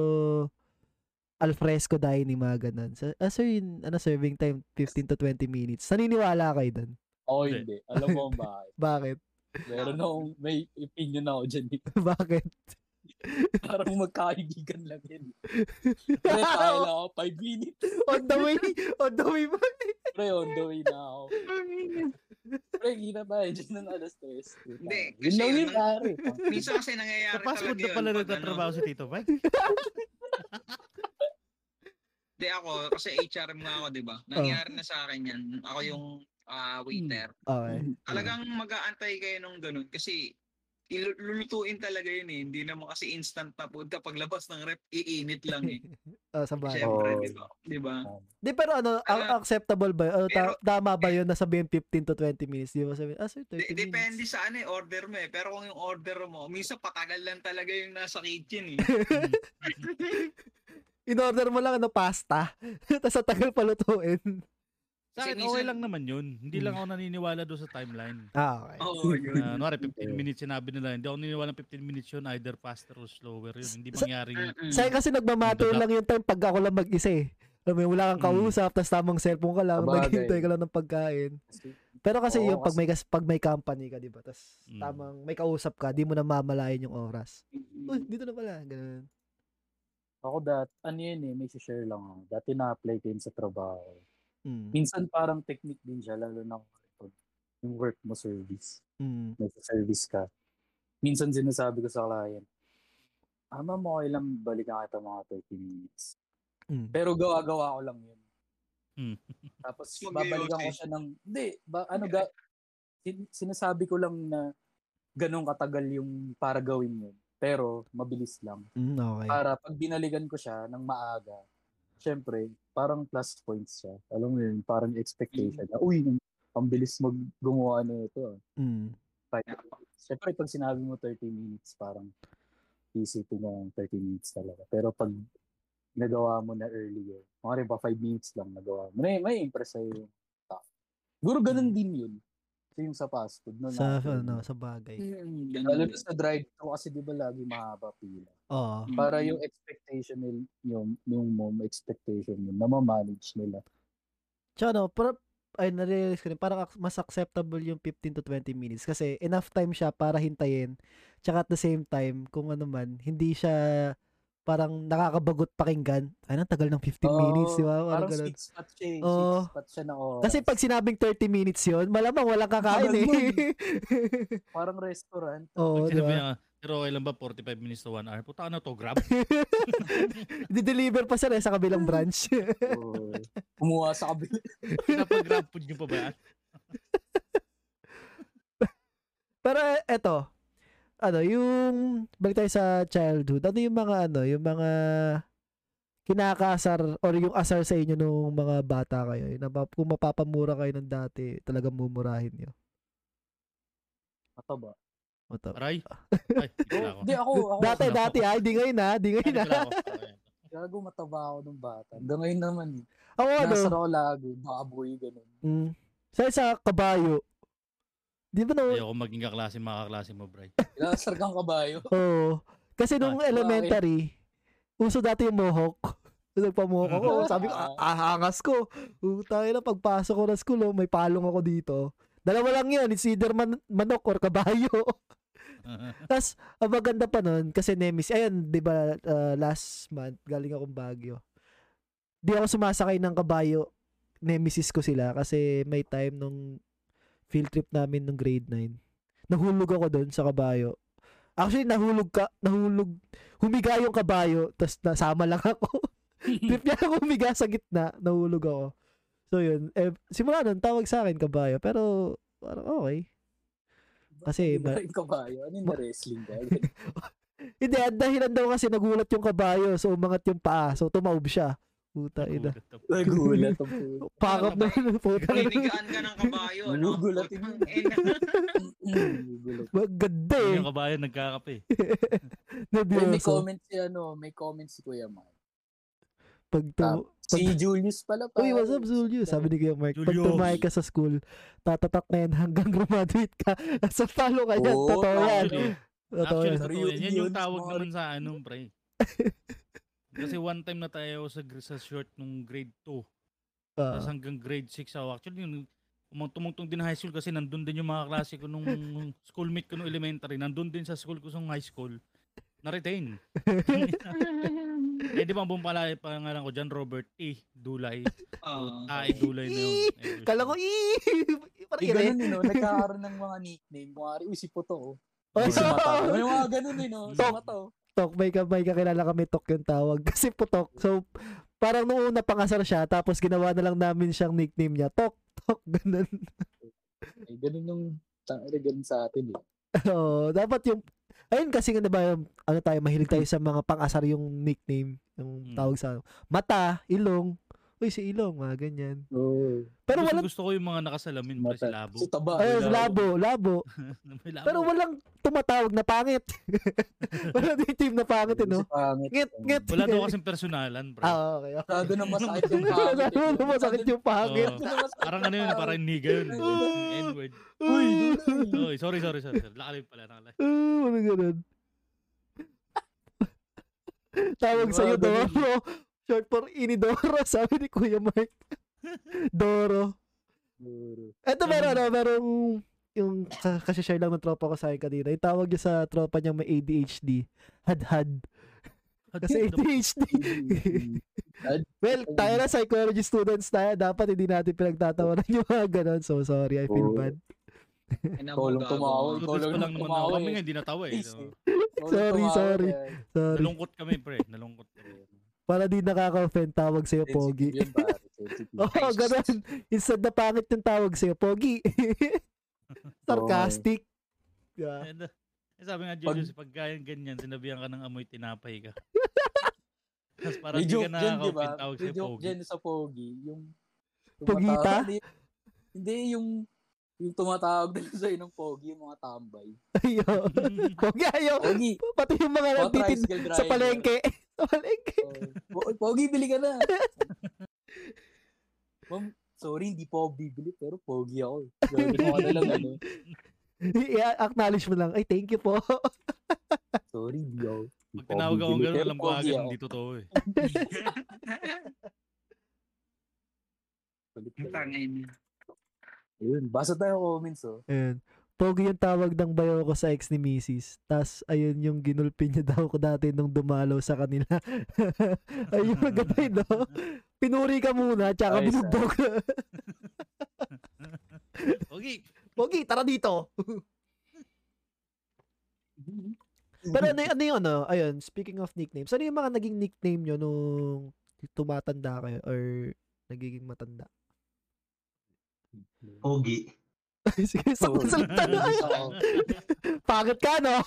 S1: alfresco dining, mga ganun. Sa, ah, sir, yun, ano, serving time, 15 to 20 minutes. Naniniwala kayo doon.
S3: Oh, hindi. Alam mo ang bakit.
S1: Bakit?
S3: Meron akong, may opinion ako dyan. eh.
S1: Bakit?
S3: Parang magkaibigan lang yan. Pre, kaya lang ako 5 minutes.
S1: on the way, on the way ba?
S3: Pre, on the way na ako. Pre, kita ba eh. Diyan ng alas 3.
S4: Hindi,
S3: Yun
S4: kasi
S3: lang
S4: yun
S3: yun,
S4: ang-
S3: pare.
S4: Minsan kasi nangyayari
S2: Sa fast food na
S4: talaga yun.
S2: pala
S4: pag
S2: nagtatrabaho
S4: ano.
S2: si Tito Mike.
S4: Hindi ako, kasi HRM nga ako, di ba?
S2: Oh.
S4: Nangyari na sa akin yan. Ako yung ah, waiter.
S2: Hmm.
S1: Okay.
S4: Talagang mag-aantay kayo nung ganun kasi ilu- lulutuin talaga yun eh. Hindi naman kasi instant na food. Kapag labas ng rep, iinit lang eh.
S1: Oh, sa bagay.
S4: Siyempre,
S3: Oo.
S4: di ba? Di ba?
S1: Di, pero ano, ang
S4: Ah,
S1: acceptable ba yun? Ano, ta-
S4: pero-
S1: tama ba yun na sabihin 15 to 20 minutes? Di ba sabihin, ah sir, 30
S4: De-
S1: minutes.
S4: depende sa ano eh, order mo eh. Pero kung yung order mo, minsan patagal lang talaga yung nasa kitchen eh.
S1: In-order mo lang ano, pasta. Tapos ang tagal palutuin.
S2: Sa akin, okay
S4: Kasi minsan-
S2: lang naman yun. Hindi
S4: Mm.
S2: lang ako naniniwala doon sa timeline.
S1: Ah, okay.
S4: Oo, yun.
S2: Na, ano, 15 minutes sinabi nila. Hindi ako naniniwala ng 15 minutes yun, either faster or slower yun. Hindi
S1: Sa-
S2: mangyari yun.
S4: Mm-mm.
S1: Sa'yo kasi nagmamatter
S2: Dudak.
S1: lang yung time pag ako lang mag-isa eh. Alam mo, yun, wala kang
S2: Mm.
S1: kausap, tas tamang cellphone ka lang,
S3: Sabagay.
S1: naghintay ka lang ng pagkain. Pero kasi
S3: Oo,
S1: yung pag
S3: kasi-
S1: may, kas- pag may company ka, di ba? Tas
S2: Mm.
S1: tamang may kausap ka, di mo na mamalayan yung oras. Uy, dito na pala. Ganun.
S3: Ako dat, ano yun eh, may share lang ako. Dati na-apply ko yun sa trabaho.
S1: Mm.
S3: Minsan parang technique din siya, lalo na kung yung work mo service.
S1: Mm.
S3: nagsa-service ka, minsan sinasabi ko sa client, ah, ma'am, okay lang balikan kita mga 30 minutes.
S1: Mm.
S3: Pero gawa-gawa ko lang yun.
S2: Hmm.
S3: Tapos
S4: Huwag
S3: babalikan ko
S4: ngayon,
S3: siya ng, hindi, ba, ano ga, sin- sinasabi ko lang na ganun katagal yung para gawin yun. Pero mabilis lang.
S1: Mm, okay.
S3: Para pag binalikan ko siya ng maaga, syempre, parang plus points siya. Alam mo yun, parang expectation na, uy, ang bilis mag gumawa nito. ah."
S1: Mm.
S3: five minutes. Siyempre, pag sinabi mo 30 minutes, parang isipin mo ang 30 minutes talaga. Pero pag nagawa mo na earlier, mga rin ba 5 minutes lang nagawa mo, may, may impress sa'yo yung tao. Siguro ganun din yun. So yung sa fast food. No,
S1: Hmm. Sa,
S3: nakakatawa.
S1: ano, sa bagay.
S4: Mm, ganun
S3: Lalo
S4: din.
S3: na sa drive-thru kasi di ba lagi mahaba pila.
S1: Oo.
S3: Para yung expectation nil, yung, yung mom expectation nila, namamanage nila.
S1: Tsaka ano, para, ay, narealize ko rin, parang ac- mas acceptable yung 15 to 20 minutes kasi enough time siya para hintayin. Tsaka at the same time, kung ano man, hindi siya parang nakakabagot pakinggan. Ay, ang tagal ng 15 minutes,
S3: Oo,
S1: di ba? Parang
S3: Parang
S1: ganun.
S3: sweet spot siya eh.
S1: Oo.
S3: Sweet spot siya na oras.
S1: Kasi pag sinabing 30 minutes yon malamang walang kakain eh.
S3: Tagal Parang restaurant.
S1: Oo,
S2: Pag
S1: di
S2: sinabi
S1: ba?
S2: niya, pero okay lang ba 45 minutes to 1 hour? Puta ano to, grab.
S1: Di-deliver pa sila sa kabilang branch.
S3: Oo. Kumuha sa kabila.
S2: Pinapag-grab food niyo pa ba yan?
S1: Pero eh, eto, ano, yung balik tayo sa childhood. Ano yung mga ano, yung mga kinakasar or yung asar sa inyo nung mga bata kayo? Yung napa- kung mapapamura kayo ng dati, talagang mumurahin nyo.
S3: Mataba.
S1: O to.
S2: Aray. Ay, hindi pala ako.
S3: Hindi ako, ako.
S1: Dati,
S2: Wala
S1: dati ha, di ngayon ha, di
S2: Hindi
S1: ngayon ah. ha.
S2: pala ako. Okay.
S3: Gago mataba ako nung bata. Hanggang ngayon naman. eh.
S1: Ako ano,
S3: Nasa ako lagi. Baka boy, ganun.
S1: mm, sa sa kabayo, Di ba no?
S2: Ayoko maging kaklase, makaklase mo, Bray.
S3: Ilasar kang kabayo.
S1: Oo. Kasi nung
S3: Ah,
S1: elementary, uso dati yung mohawk. Nagpamuhok ako.
S3: Mhm.
S1: Sabi ko, "Ah, ahangas ko. Utangin na, pagpasok ko ng school, oh, may palong ako dito. Dalawa lang yan, it's either man- manok or kabayo. Tapos, ang maganda pa nun, kasi Nemis, ayun, di ba, uh, last month, galing akong Baguio. Di ako sumasakay ng kabayo. Nemesis ko sila kasi may time nung field trip namin nung grade 9. Nahulog ako doon sa kabayo. Actually, nahulog ka, nahulog, humiga yung kabayo, tapos nasama lang ako. trip niya ako humiga sa gitna, nahulog ako. So yun, eh, simula nun, tawag sa akin kabayo, pero parang okay. Kasi,
S3: Iba
S1: ma-
S3: yung kabayo.
S5: Ano yung wrestling ka?
S1: Hindi, ang dahilan daw kasi nagulat yung kabayo, so umangat yung paa, so tumaob siya. Puta ina.
S2: Gulat ako.
S5: Nagulat ang puto.
S1: Pakap na yun, puta.
S4: Pinigaan ka ng kabayo, no? Eh,
S5: Nagugulatin
S4: Putang
S5: mo.
S4: ina.
S1: Ano,
S5: Nagulat.
S1: Maganda eh.
S2: Yung kabayan nagkakape.
S3: Uy, may
S1: Nervyoso.
S3: comment si ano, may comment si Kuya Mark.
S1: Pag tu-
S5: Si Julius pala pa.
S1: Uy, what's up, Zulio? Sabi ni Kuya Mark, pag
S2: Julius.
S1: tumahay ka sa school, tatatak na yan hanggang graduate ka. Sa talo ka yan.
S3: Oo,
S1: Totoo yan.
S2: Oh, Actually,
S1: Totoo
S2: Actually,
S1: yan.
S2: totoo
S3: Reunion,
S2: yan. Yan yung tawag
S3: small.
S2: naman sa ano, pre. Kasi one time na tayo sa, gr- sa short nung grade 2.
S1: Ah,
S2: Tapos hanggang grade 6 ako. Actually, yun, um- tumungtong din high school kasi nandun din yung mga klase ko nung schoolmate ko nung elementary. Nandun din sa school ko sa high school. Na-retain. eh, di ba ang buong pala, pangalan ko dyan, Robert T. Dulay.
S4: Oo.
S2: Ah, eh, Dulay na yun. Eh,
S1: Kala ko, ii! Parang
S3: Eh,
S1: yun eh.
S3: ganun eh, no? Nagkakaroon ng mga nickname. Mga, uy, si Puto, oh.
S1: Oh,
S3: Uy, si Mata.
S1: so-
S3: May mga ganun eh, no? Si
S2: Tok.
S3: Mata, oh.
S1: Tok, may, ka- may kakilala kami Tok yung tawag. Kasi putok. So, parang nung una pangasar siya, tapos ginawa na lang namin siyang nickname niya. Tok, Tok, ganun.
S5: Ay, ganun yung tangina ganun sa atin eh.
S1: Oo, dapat yung, ayun kasi nga ba, ano tayo, mahilig tayo sa mga pangasar yung nickname, yung
S2: Mm.
S1: tawag sa, mata, ilong, uy, si ilong, mga ganyan.
S5: Oo.
S1: Pero
S2: gusto,
S1: walang,
S2: gusto ko yung mga nakasalamin pre,
S5: Mata.
S2: si Labo.
S3: Si Taba.
S1: Oh, ay,
S3: Wala.
S1: labo, labo.
S2: May labo.
S1: Pero walang tumatawag na pangit. walang nickname na pangit, eh, no?
S5: Kasi pangit.
S1: Ngit, ngit.
S2: Wala daw kasing personalan, pre.
S1: Ah, okay. okay.
S3: Masyado na masakit yung pangit. eh.
S1: Masyado na masakit yung pangit.
S2: Oo. Parang ano yun, parang niga yun. N-word.
S1: Uy,
S2: Oy, sorry, sorry, sorry. sorry. Nakalive pala, nakalive.
S1: Ah, ano ganun? Tawag
S3: Yung
S1: sa'yo,
S3: mga ganun.
S1: Doro. Short for Inidoro, sabi ni Kuya Mark. Doro. Eto meron,
S3: Mm.
S1: ano, merong yung ka- kasi-share lang ng tropa ko sa akin kanina. Yung tawag niya sa tropa niya may ADHD. Had-had. Kasi ADHD. well, tayo na psychology students tayo. Dapat hindi natin pinagtatawanan yung mga ganun. So sorry, I feel
S5: Oo.
S1: bad.
S4: Ina Eh, mo,
S3: Tolong
S4: gago.
S3: tumawa.
S2: Tutos pa lang naman ako.
S3: Tumawa
S2: Kami
S3: eh.
S2: nga, hindi natawa eh.
S3: Please,
S2: So,
S1: Sorry, sorry. Sorry.
S2: nalungkot kami, pre. Nalungkot kami.
S1: Para di nakaka-offend, tawag sa'yo, Pogi. Oo, oh, ganun. Instead na pangit yung tawag sa'yo, Pogi. Sarcastic. Yeah.
S2: And, uh, eh, sabi nga,
S3: Pag-
S2: Jojo, pag ganyan, ganyan, sinabihan ka ng amoy tinapay ka. Tapos parang
S3: May
S2: di ka
S3: joke dyan, di ba?
S2: nakaka-open tawag
S3: May
S2: sa'yo,
S3: joke
S2: Pogi.
S3: dyan sa Pogi. Yung, yung
S1: Pugita?
S3: tumatawag- Hindi, hindi, yung yung tumatawag din sa'yo ng Pogi, yung mga tambay.
S1: Ayaw. Pogi, ayaw.
S3: Pogi,
S1: Pati yung mga
S3: mga
S1: nagtitin
S3: tricycle driver.
S1: sa palengke. sa palengke.
S3: Oh, "Oy, Pogi, bili ka na. Ma'am, sorry, hindi po ako bibili, pero Pogi ako. eh. Gawin mo ka na lang, ano.
S1: I-acknowledge mo lang. Ay, thank you po.
S3: Sorry, hindi ako. hindi po
S2: Pag
S3: ako
S2: tinawag ako
S3: bibili,
S2: ganun,
S3: pero
S2: alam ko
S3: Pogi
S2: agad,
S3: ako.
S2: hindi totoo eh.
S5: Kulit
S4: Ang
S5: talaga.
S4: tangin niya.
S5: Ayun, basa tayo ng comments oh.
S1: Ayun. Pogi yung tawag ng bayo ko sa ex ni Mrs. Tas, ayun yung ginulpin niya daw ko dati nung dumalaw sa kanila. ayun, maganda yun, no? Pinuri ka muna, tsaka
S5: Ay,
S1: binugbog.
S2: Pogi!
S1: Pogi, tara dito. Pero ano, ano yun, ano? Ayun, speaking of nicknames, ano yung mga naging nickname nyo nung tumatanda kayo or nagiging matanda?
S7: Pogi.
S1: Sige, sagot sa tanong. Ay,
S5: Oo.
S3: oh.
S1: Pangit ka, no?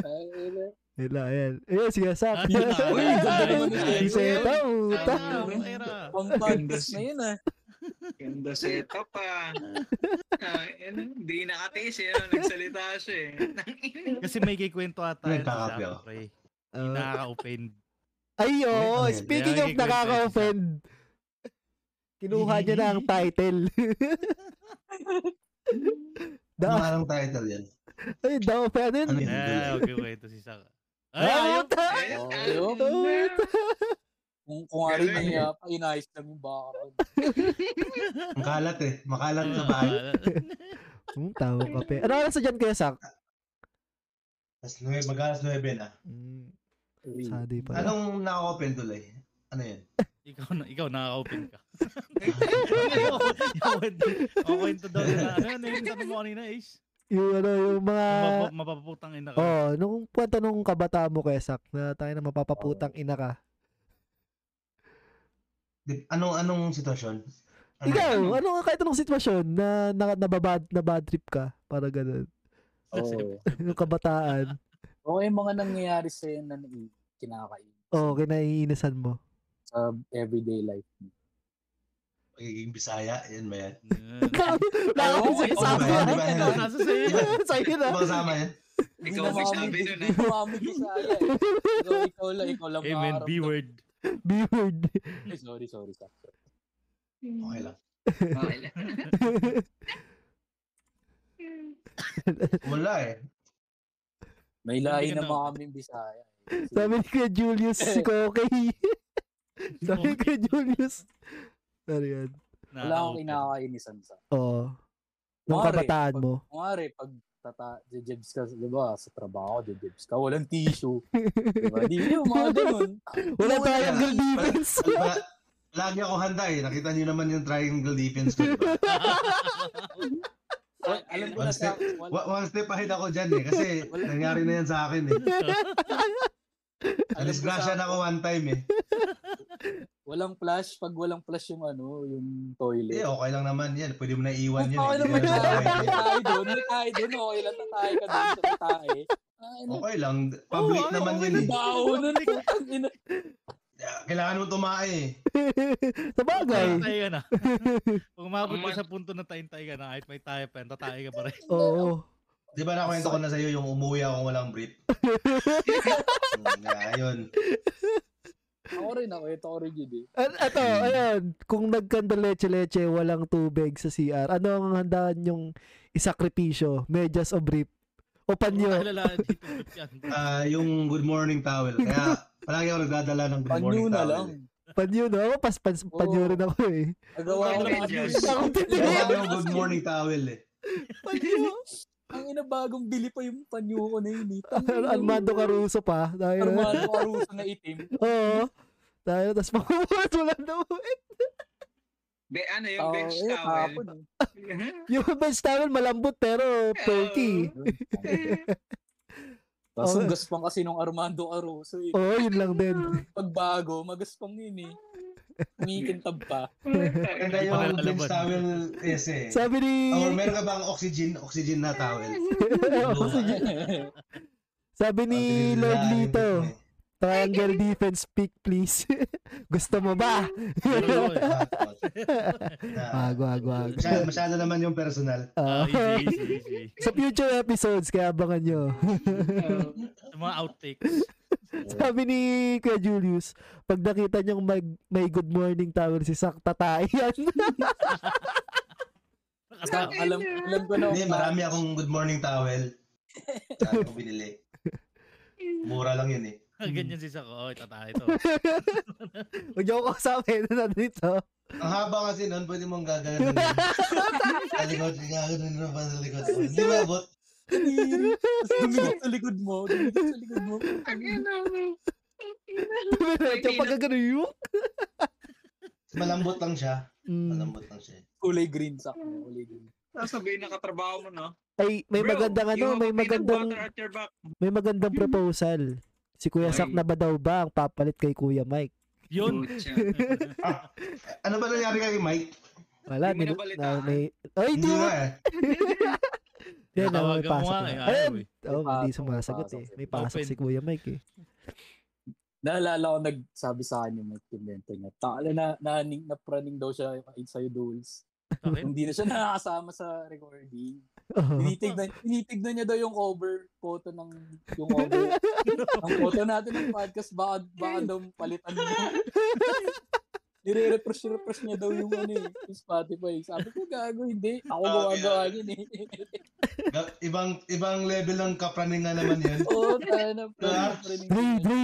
S5: Ay, ayun,
S3: eh.
S5: ayun.
S1: Hila, ayan. Ayun, sige, sak.
S2: Ayun na,
S3: Uy, ganda naman ni Jay.
S1: Isa yun, tao,
S2: Sana,
S1: utak.
S2: putera.
S3: Pang podcast na yun, ah.
S4: Ganda setup pa. Hindi nakatiis eh. no? Nagsalita siya eh.
S2: Kasi may kikwento ata yun sa
S7: Nagkakape
S2: akin,
S7: ako.
S2: pre.
S1: Oo.
S2: Nakaka-open.
S1: Ay, oo.
S7: Ayun, ayun.
S1: Speaking of
S2: Kaya
S1: nakaka-offend, kinuha niya na ang title. The,
S7: Malang title yan.
S1: ay, the offended.
S7: Ano yan?
S2: Ah, okay, okay. Ito si Saka.
S1: Ay,
S2: Ay, ayaw.
S1: uta!
S4: Ay,
S3: Oh, yun.
S4: alam mo na.
S3: Kung, kung nga rin
S4: Galing.
S3: niya, pa inayos lang yung baka.
S7: Ang kalat eh. Makalat na ba?
S1: Hmm, tao kape. Ano oras na dyan kayo, Sak?
S7: Tapos nue- mag-alas 9 na.
S1: Hmm,
S5: Really.
S1: sadi pa.
S7: Anong nakakopen tuloy? Ano yan?
S2: Ikaw na, ikaw nakaka-open ka. Yung- yung kwento- Yung kwento daw nila. Ano yun? Ano yung sabi mo kanina, Ace?
S1: Yung ano, yung mga...
S2: Yung mapa- mapaputang ina ka.
S1: Oh, nung kwento nung kabataan mo kay Sak, na tayo na mapapaputang ina ka.
S7: Di- Anong anong sitwasyon? Ano?
S1: Ikaw,
S3: Ah.
S1: ano ka kahit anong sitwasyon na, na, na, bad, na bad trip ka? Para ganun.
S4: Oh.
S5: Oo.
S1: Yung kabataan.
S3: Oo, ano yung mga nangyayari sa'yo na nai- kinakain
S1: Oo, oh, kinaiinisan mo.
S3: sa everyday life.
S7: Pagiging Bisaya, yan ba yan?
S2: Yan.
S1: Nakakapit
S3: Ay,
S1: sa
S7: oo,
S1: sabi.
S7: oo,
S2: Ikaw, nasa sa'yo. yun.
S1: Sa'yo na.
S7: Ano bang sama yan?
S3: Hindi
S4: Ikaw
S3: na
S4: ang
S3: maamoy-
S4: sabi nun eh.
S3: Hindi na maamoy ko sa ala eh. Ikaw, ikaw lang, ikaw lang
S2: Amen,
S3: makakaramdam.
S2: B-word.
S1: Be weird.
S3: Ay, Sorry, sorry. sorry.
S7: Okay lang.
S4: Okay lang.
S7: Wala eh.
S3: May lahi
S2: Hindi ka
S3: na
S2: na-
S3: mga kaming Bisaya. eh.
S1: Sabi ni Kuya Julius, si Koke. Sabi ni Kuya Julius. Ano yan?
S3: Wala akong
S2: Nakaka-open.
S3: kinakainisan sa.
S1: Oo. Nung
S3: Mare,
S1: kabataan
S3: pag-
S1: mo.
S3: Kumari, pag tata, jejebs ka, di ba, sa trabaho, jejebs ka, walang tissue. Di ba? Di yung mga ganun.
S1: Wala
S7: Wala.
S1: triangle defense.
S7: Wala. Lagi ako handa eh. Nakita niyo naman yung triangle defense ko. Diba?
S3: Wa- Alam ko na
S7: One
S3: sa...
S7: step,
S3: Wala,
S7: wa- one step ahead ako dyan eh. Kasi
S3: Wala.
S7: nangyari na yan sa akin eh.
S3: alam ko
S7: Disgrasya
S3: sa
S7: na ako one time eh.
S3: walang flash, pag walang flash yung ano, yung toilet.
S7: Eh, okay lang naman yan. Pwede mo na iwan yan.
S3: okay
S7: eh.
S3: naman yun.
S7: Hindi na
S3: May
S7: naman yan.
S3: tayo doon. May tayo doon. Okay lang tatay ka doon sa tatay. Ay, ano,
S7: Okay lang. Public
S2: Oo,
S7: naman
S2: okay
S7: yun eh.
S3: baho nun. putang ina.
S7: Kailangan mo tumae eh.
S1: Sabagay.
S2: Tatay ka na. Kung umabot ka
S4: Umat-
S2: sa punto na tayintay ka na, kahit may tayo pa yan, tatay ka pa rin.
S1: Oo.
S7: Di ba nakwento ko na sa'yo yung umuwi akong walang brief? Ayun.
S3: Ako rin ako. Ito ako rin yun eh.
S1: At ato, ayan, kung nagkanda leche-leche, walang tubig sa CR, ano ang handaan yung isakripisyo? Medyas o brief? O panyo?
S2: Alala, dito, trip yan.
S7: Ah, yung good morning towel. Kaya palagi ako nagdadala ng good
S3: Panyo
S7: morning
S3: na
S7: towel.
S3: lang.
S1: Panyo, no? Ako, pas, pas, panyo
S3: Oo.
S1: rin ako eh.
S3: Nagawa ko
S4: Panyo
S3: ng
S4: na
S3: abuse.
S4: Diyos.
S1: Ako
S7: Eh.
S1: tindi.
S7: Kaya sabi ko, good morning towel eh.
S1: Panyo.
S3: Ang ina bagong bili pa yung panyo ko na yun eh.
S1: Ar- Armando Caruso pa. Dahil,
S3: Armando Caruso na itim.
S1: Oo. Dahil, tas makukulat, wala na uwi.
S4: Be, ano yung
S3: Oh,
S4: bench
S3: eh,
S4: towel?
S3: kahapon eh.
S1: Yung bench towel, malambot, pero perky.
S3: Tapos
S1: Oo.
S3: ang gaspang kasi nung Armando Caruso eh.
S1: Oo, yun lang din.
S3: Pagbago, magaspang yun eh. Kumikintab pa.
S7: Maganda
S2: Hindi pa
S7: yung
S2: nalalaban.
S7: bench towel yes eh.
S1: Sabi ni...
S7: Or meron ka bang oxygen, oxygen na towel? Oh,
S1: Oo, sige.
S3: eh.
S1: Sabi ni Lord Lito,
S7: eh.
S1: triangle defense pick, please. Gusto mo ba?
S2: Tuloy.
S1: Wag, wag, wag.
S7: ah, Masyado, masyado naman yung personal.
S2: Ah,
S1: Ah,
S2: easy, easy, easy.
S1: sa future episodes, kaya abangan nyo.
S2: Sa mga outtakes.
S1: Sabi ni Kuya Julius, pag nakita niyong may, may good morning towel si Sak, tatay yan.
S3: Sa- alam, alam ko
S1: Oh,
S3: na.
S7: Hindi, marami akong good morning towel. Sabi ko binili. Mura lang yun eh.
S2: Ganyan si Sako. Oy, tatay to.
S1: Huwag niyo ako kasapin na dito.
S7: Ang haba kasi nun, pwede mong gagawin. Talikod, gagawin na pa sa likod. Hindi ba abot?
S3: Tapos Dumikit sa likod mo. Dumikit sa likod mo.
S1: Diretso pag gano'n yun.
S7: Malambot lang siya.
S1: Mm.
S7: Malambot lang siya.
S3: Kulay green sa akin. Kulay green.
S4: Sasabihin na katrabaho mo, no?
S1: Ay, may
S4: Bro,
S1: magandang ano,
S4: you have
S1: may
S4: a peanut
S1: magandang
S4: butter at your back.
S1: may magandang proposal. Si Kuya
S4: Hmm. Ay.
S1: Sak na ba daw ba ang papalit kay Kuya Mike?
S2: Yun.
S4: Putya.
S7: Ano ba nangyari kay Mike?
S1: Wala,
S4: Hindi
S1: nil-
S4: mo
S1: na,
S4: nabalitaan.
S1: may... Ay, di
S7: Hindi na
S1: ba?
S7: eh.
S1: Yan, may
S2: Natawagan mo
S1: pasok
S2: nga.
S1: na.
S2: eh,
S1: Ayun,
S2: ayaw eh.
S1: oh,
S3: May
S1: hindi
S3: pasok, may
S1: sumasagot
S3: pasok
S1: eh.
S3: si-
S1: May pasok
S2: Open.
S1: si Kuya Mike eh.
S3: Naalala ko nagsabi sa akin yung Mike Clemente niya. Tala na, naning, napraning daw siya sa'yo duels.
S2: Bakit?
S3: Hindi na siya nakakasama sa recording.
S1: Oo.
S3: Tinitignan, tinitignan niya daw yung cover photo ng yung cover. ang photo natin ng podcast baka baka daw palitan niya. Nire-refresh, refresh niya daw yung ano eh, yung Spotify. Sabi ko, gago, hindi. Ako
S4: Sabi
S3: gumagawa
S4: na.
S3: yun eh.
S7: Ga- Ibang ibang level ng kapraning nga naman yun.
S3: Oo, tayo na.
S7: Ah.
S3: pre-
S1: Dre,
S3: pre-
S1: Dre.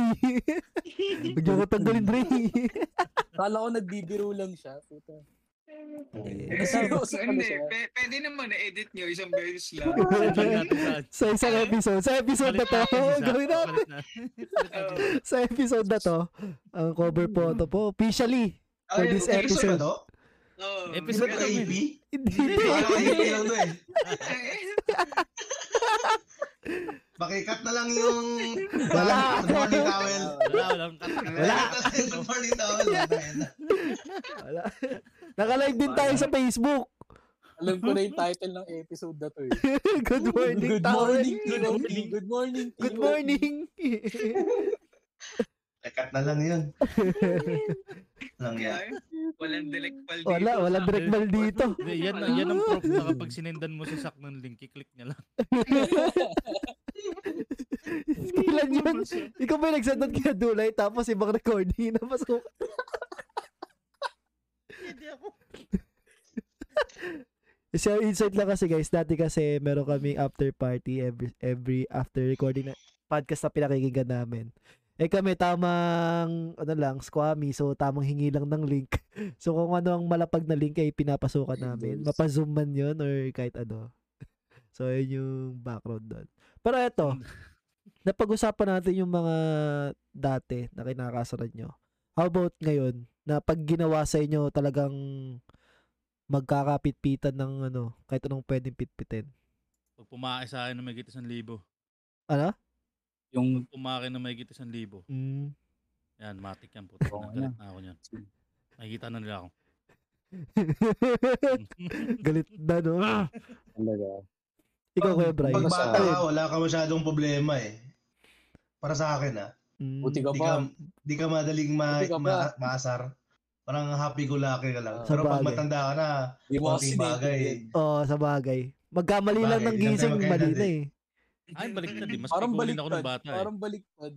S1: Bigyan ko tanggalin, Dre.
S3: Kala ko nagbibiro lang siya. Puta.
S1: Eh,
S3: Seryoso pala
S4: Hindi,
S3: siya.
S4: pe- pwede naman na-edit nyo isang beses lang.
S1: sa isang episode, sa episode na to, gawin natin. Sa episode na to, ang cover photo po, officially, For this episode.
S7: Ba to?
S4: Oo.
S7: Di ba
S2: Episode
S7: to
S2: kami.
S7: AP?
S1: hindi.
S7: Akala ko AP lang to eh. Pakikat na lang yung...
S1: Wala.
S7: Good morning towel.
S2: Wala, wala.
S7: Wala. Good morning towel. Wala.
S1: Wala. Nakalive din tayo sa Facebook.
S3: Alam ko na yung title ng episode na to eh.
S1: Good morning,
S3: Good
S1: tao.
S3: morning, TOP. Good morning, TOP.
S1: Good morning.
S7: Pakikat na lang yun. Lang
S4: Kaya,
S7: yan.
S4: walang delectbal dito.
S1: wala, wala breakball dito.
S2: Hindi, yan, na- yan ang proof na kapag sinendan mo si Sak ng link, i-click niya lang.
S1: Kailan yun? Ikaw ba yung nagsend nun kaya Dulay tapos ibang recording na pasok?
S2: Hindi ako.
S1: So, insight lang kasi guys, dati kasi meron kaming after party every, every after recording na podcast na pinakikinggan namin. Eh kami tamang, ano lang, squammy, so tamang hingi lang ng link. So kung ano ang malapag na link ay pinapasukan namin, mapazoom man yun or kahit ano. So yun yung background doon. Pero eto, napag-usapan natin yung mga dati na kinakasaran nyo. How about ngayon, na pag ginawa sa inyo talagang magkakapitpitan ng ano, kahit anong pwedeng pitpitin.
S2: Pag pumain sa akin na may gita 1,000.
S1: Ano?
S3: Yung
S2: Pumain na may gita 1,000.
S1: Mm.
S2: Yan, matik yan. Puto.
S3: Oo,
S2: Nagalit na ako niyan. Nakikita na nila ako.
S1: Galit na, no?
S3: talaga.
S1: Ikaw, Kuya Brian.
S7: Pag
S3: Basta-
S7: bata ka, wala ka masyadong problema eh. Para sa akin ah.
S1: Mm.
S3: Buti ka
S7: Di
S3: pa.
S7: ka, di ka madaling ma,
S3: Buti ka pa.
S7: ma- maasar. Parang happy-go-lucky ka lang.
S3: Sa
S7: Pero pag
S1: bagay.
S7: matanda ka na,
S3: Di mo kasi
S7: konting bagay.
S1: Oo, sa bagay. Magkamali lang
S7: Bagay,
S1: ng
S7: yun ang
S1: gising,
S7: magkailan
S1: mali na
S7: din.
S1: eh.
S2: Ay, baliktad eh. Mas
S3: Parang
S2: pikunin ako
S3: baliktad.
S2: nung bata eh.
S3: Parang baliktad.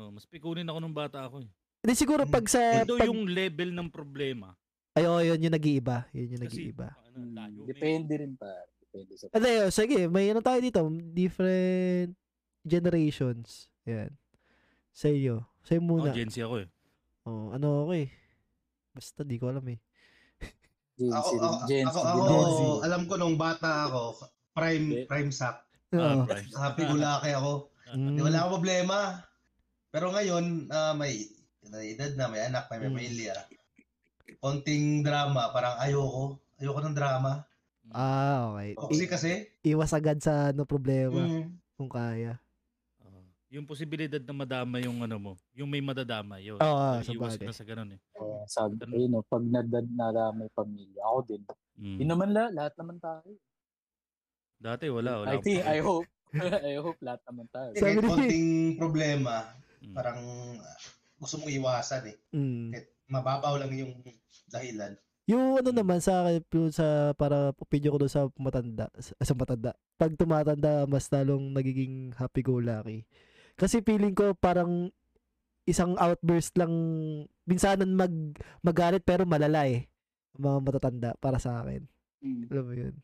S2: Oo, mas pikunin ako nung bata ako eh.
S1: Hindi siguro
S7: Hmm.
S1: pag sa...
S2: Although
S1: Eh, Pag,
S2: yung level ng problema.
S1: Ay, oo, yun yung nag-iiba. Yun yung
S2: Kasi,
S1: nag-iiba.
S2: ano, layo na eh.
S3: Hmm, Depende rin pa. Depende sa...
S1: Ano yun, sige, may ano tayo dito. Different generations. Yan. Sa iyo. Sa'yo
S2: Ako,
S1: muna.
S2: Gen Z ako eh.
S1: Oh, ano ako eh. Basta di ko alam eh.
S3: Gen Z
S7: Ako,
S3: rin.
S7: ako,
S3: Gen Z
S7: ako,
S3: din.
S7: ako,
S1: Gen Z.
S7: alam ko nung bata ako,
S3: Hindi.
S7: prime, prime sack.
S1: Oo.
S2: Ah, Bryce.
S7: Happy-go-lucky ako.
S1: Mm.
S7: Di wala akong problema. Pero ngayon, ah, may may edad na, may anak, may
S1: Mm.
S7: pamilya. Konting drama, parang ayoko. Ayoko ng drama.
S2: Mm.
S1: Ah, okay.
S7: Toxic
S1: I-
S7: kasi.
S1: iwas agad sa ano problema
S7: Mm.
S1: kung kaya.
S2: Oo. yung posibilidad na madama yung ano mo, yung may madadama,
S1: Oo,
S2: yun.
S1: oo,
S2: Iwas
S1: sa
S2: ka
S1: bagay.
S2: na sa ganun eh.
S3: Kaya Oh, sabi ko, yun, no, pag nadad na lang may pamilya, ako din.
S2: Mm.
S3: Yun naman la, lahat naman tayo.
S2: Dati wala, wala.
S3: I
S2: akong
S3: think,
S2: problema.
S3: I hope. I hope lahat naman tayo.
S1: Sabi
S7: Kahit
S1: ni-
S7: konting problema,
S2: Mm.
S7: parang ah, gusto mong iwasan eh.
S1: Mm.
S7: Mababaw lang yung dahilan.
S1: Yung ano naman sa akin, yung sa para opinion ko doon sa matanda, sa, sa matanda. Pag tumatanda, mas lalong nagiging happy-go-lucky. Kasi feeling ko parang isang outburst lang minsanan mag magalit pero malala eh ang mga matatanda para sa akin.
S4: Mm.
S1: Alam mo yun.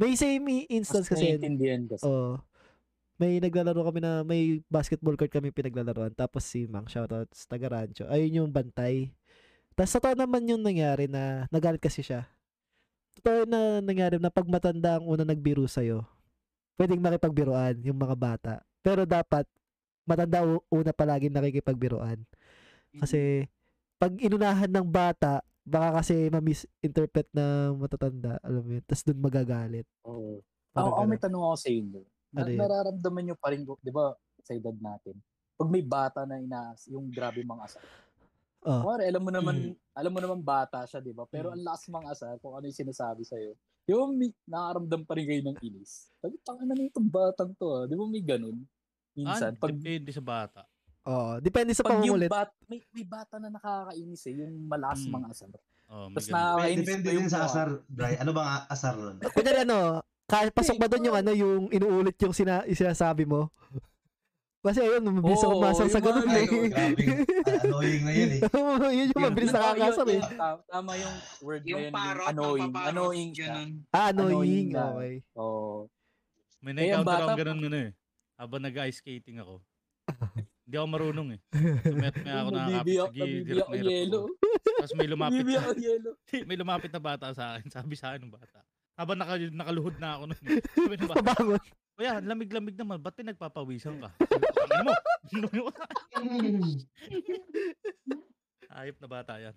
S1: May same
S3: Mas
S1: instance kasi. Oh.
S3: naiintindihan kasi.
S1: Oo. May naglalaro kami na may basketball court kami pinaglalaroan tapos si Mang shoutouts taga Rancho. Ayun yung bantay. Tapos totoo naman yung nangyari na nagalit kasi siya. Totoo na nangyari na pag matanda ang una nagbiro sa'yo, pwedeng makipagbiruan yung mga bata. Pero dapat matanda u- una palagi nakikipagbiruan.
S3: Mm.
S1: Kasi pag inunahan ng bata, baka kasi ma-misinterpret na matatanda, alam mo yun. Tapos dun magagalit.
S3: Oo. Ako,
S1: Parang
S3: ako
S1: ganun.
S3: may tanong ako sa inyo. Na,
S1: Ano yun?
S3: nararamdaman nyo pa rin, di ba, sa edad natin, pag may bata na inaas, yung grabe mang asar.
S1: Oh.
S3: Kumari, alam mo naman,
S2: Mm.
S3: alam mo naman bata siya, di ba?
S1: Mm.
S3: Pero ang lakas mang asar, kung ano yung sinasabi sa'yo, di ba may, nakaramdam pa rin kayo ng inis? Sabi, tanga na itong batang to, ah. di ba may ganun? Minsan,
S2: Ah,
S3: pag,
S2: depende sa bata.
S1: Oo, depende sa
S3: pag yung
S1: pangungulit.
S3: bat, may, may bata na nakakainis eh, yung malakas
S2: Mm.
S3: mang asar.
S2: Oh, may
S3: Tapos
S2: ganun.
S1: Ah,
S3: nakakainis
S7: Depende
S3: pa yung
S7: din sa
S3: mukha.
S7: asar, Bray. Ano bang a- asar nun?
S1: Kunyari ano, ka- pasok ba doon yung ano, yung inuulit yung sina, yung sinasabi mo? Kasi ayun, mabilis ako
S3: Oo,
S1: masang sa
S3: yung
S1: ganun
S3: ano,
S1: eh.
S7: Ay, no, grabe. Annoying na yun eh.
S1: Oo, yun yung
S2: Yun.
S1: mabilis
S3: Yun,
S1: nakakasar
S3: yun,
S1: eh.
S3: yun, ta- Tama yung word na
S4: Yung
S3: yun,
S4: parot,
S3: yung annoying.
S4: napaparot,
S3: Annoying siya.
S4: Ganun.
S1: Ah,
S3: Annoying
S1: annoying.
S3: na.
S1: Okay.
S3: Oo. Eh,
S2: May
S3: ang
S2: na-encounter
S3: bata
S2: akong
S3: pa.
S2: ganun ano eh. Habang nag-ice skating ako. Hindi ako marunong eh. Tumet-tumet ako nakakapit
S3: Nabibiyak,
S2: sa gilid.
S3: nabibiyak
S2: hirap na
S3: ang
S2: hirap
S3: yelo.
S2: ako. Tapos may lumapit na,
S3: Nabibiyak ang yelo.
S2: may lumapit na bata sa akin. Sabi sa akin ng bata. Habang naka, nakaluhod na ako nun. Sabi ng bata,
S1: Pabangon.
S2: Kuya, ang lamig-lamig naman. Ba't pinagpapawisan ka? Sabi ko, "Tangin mo. Ayop na bata yan.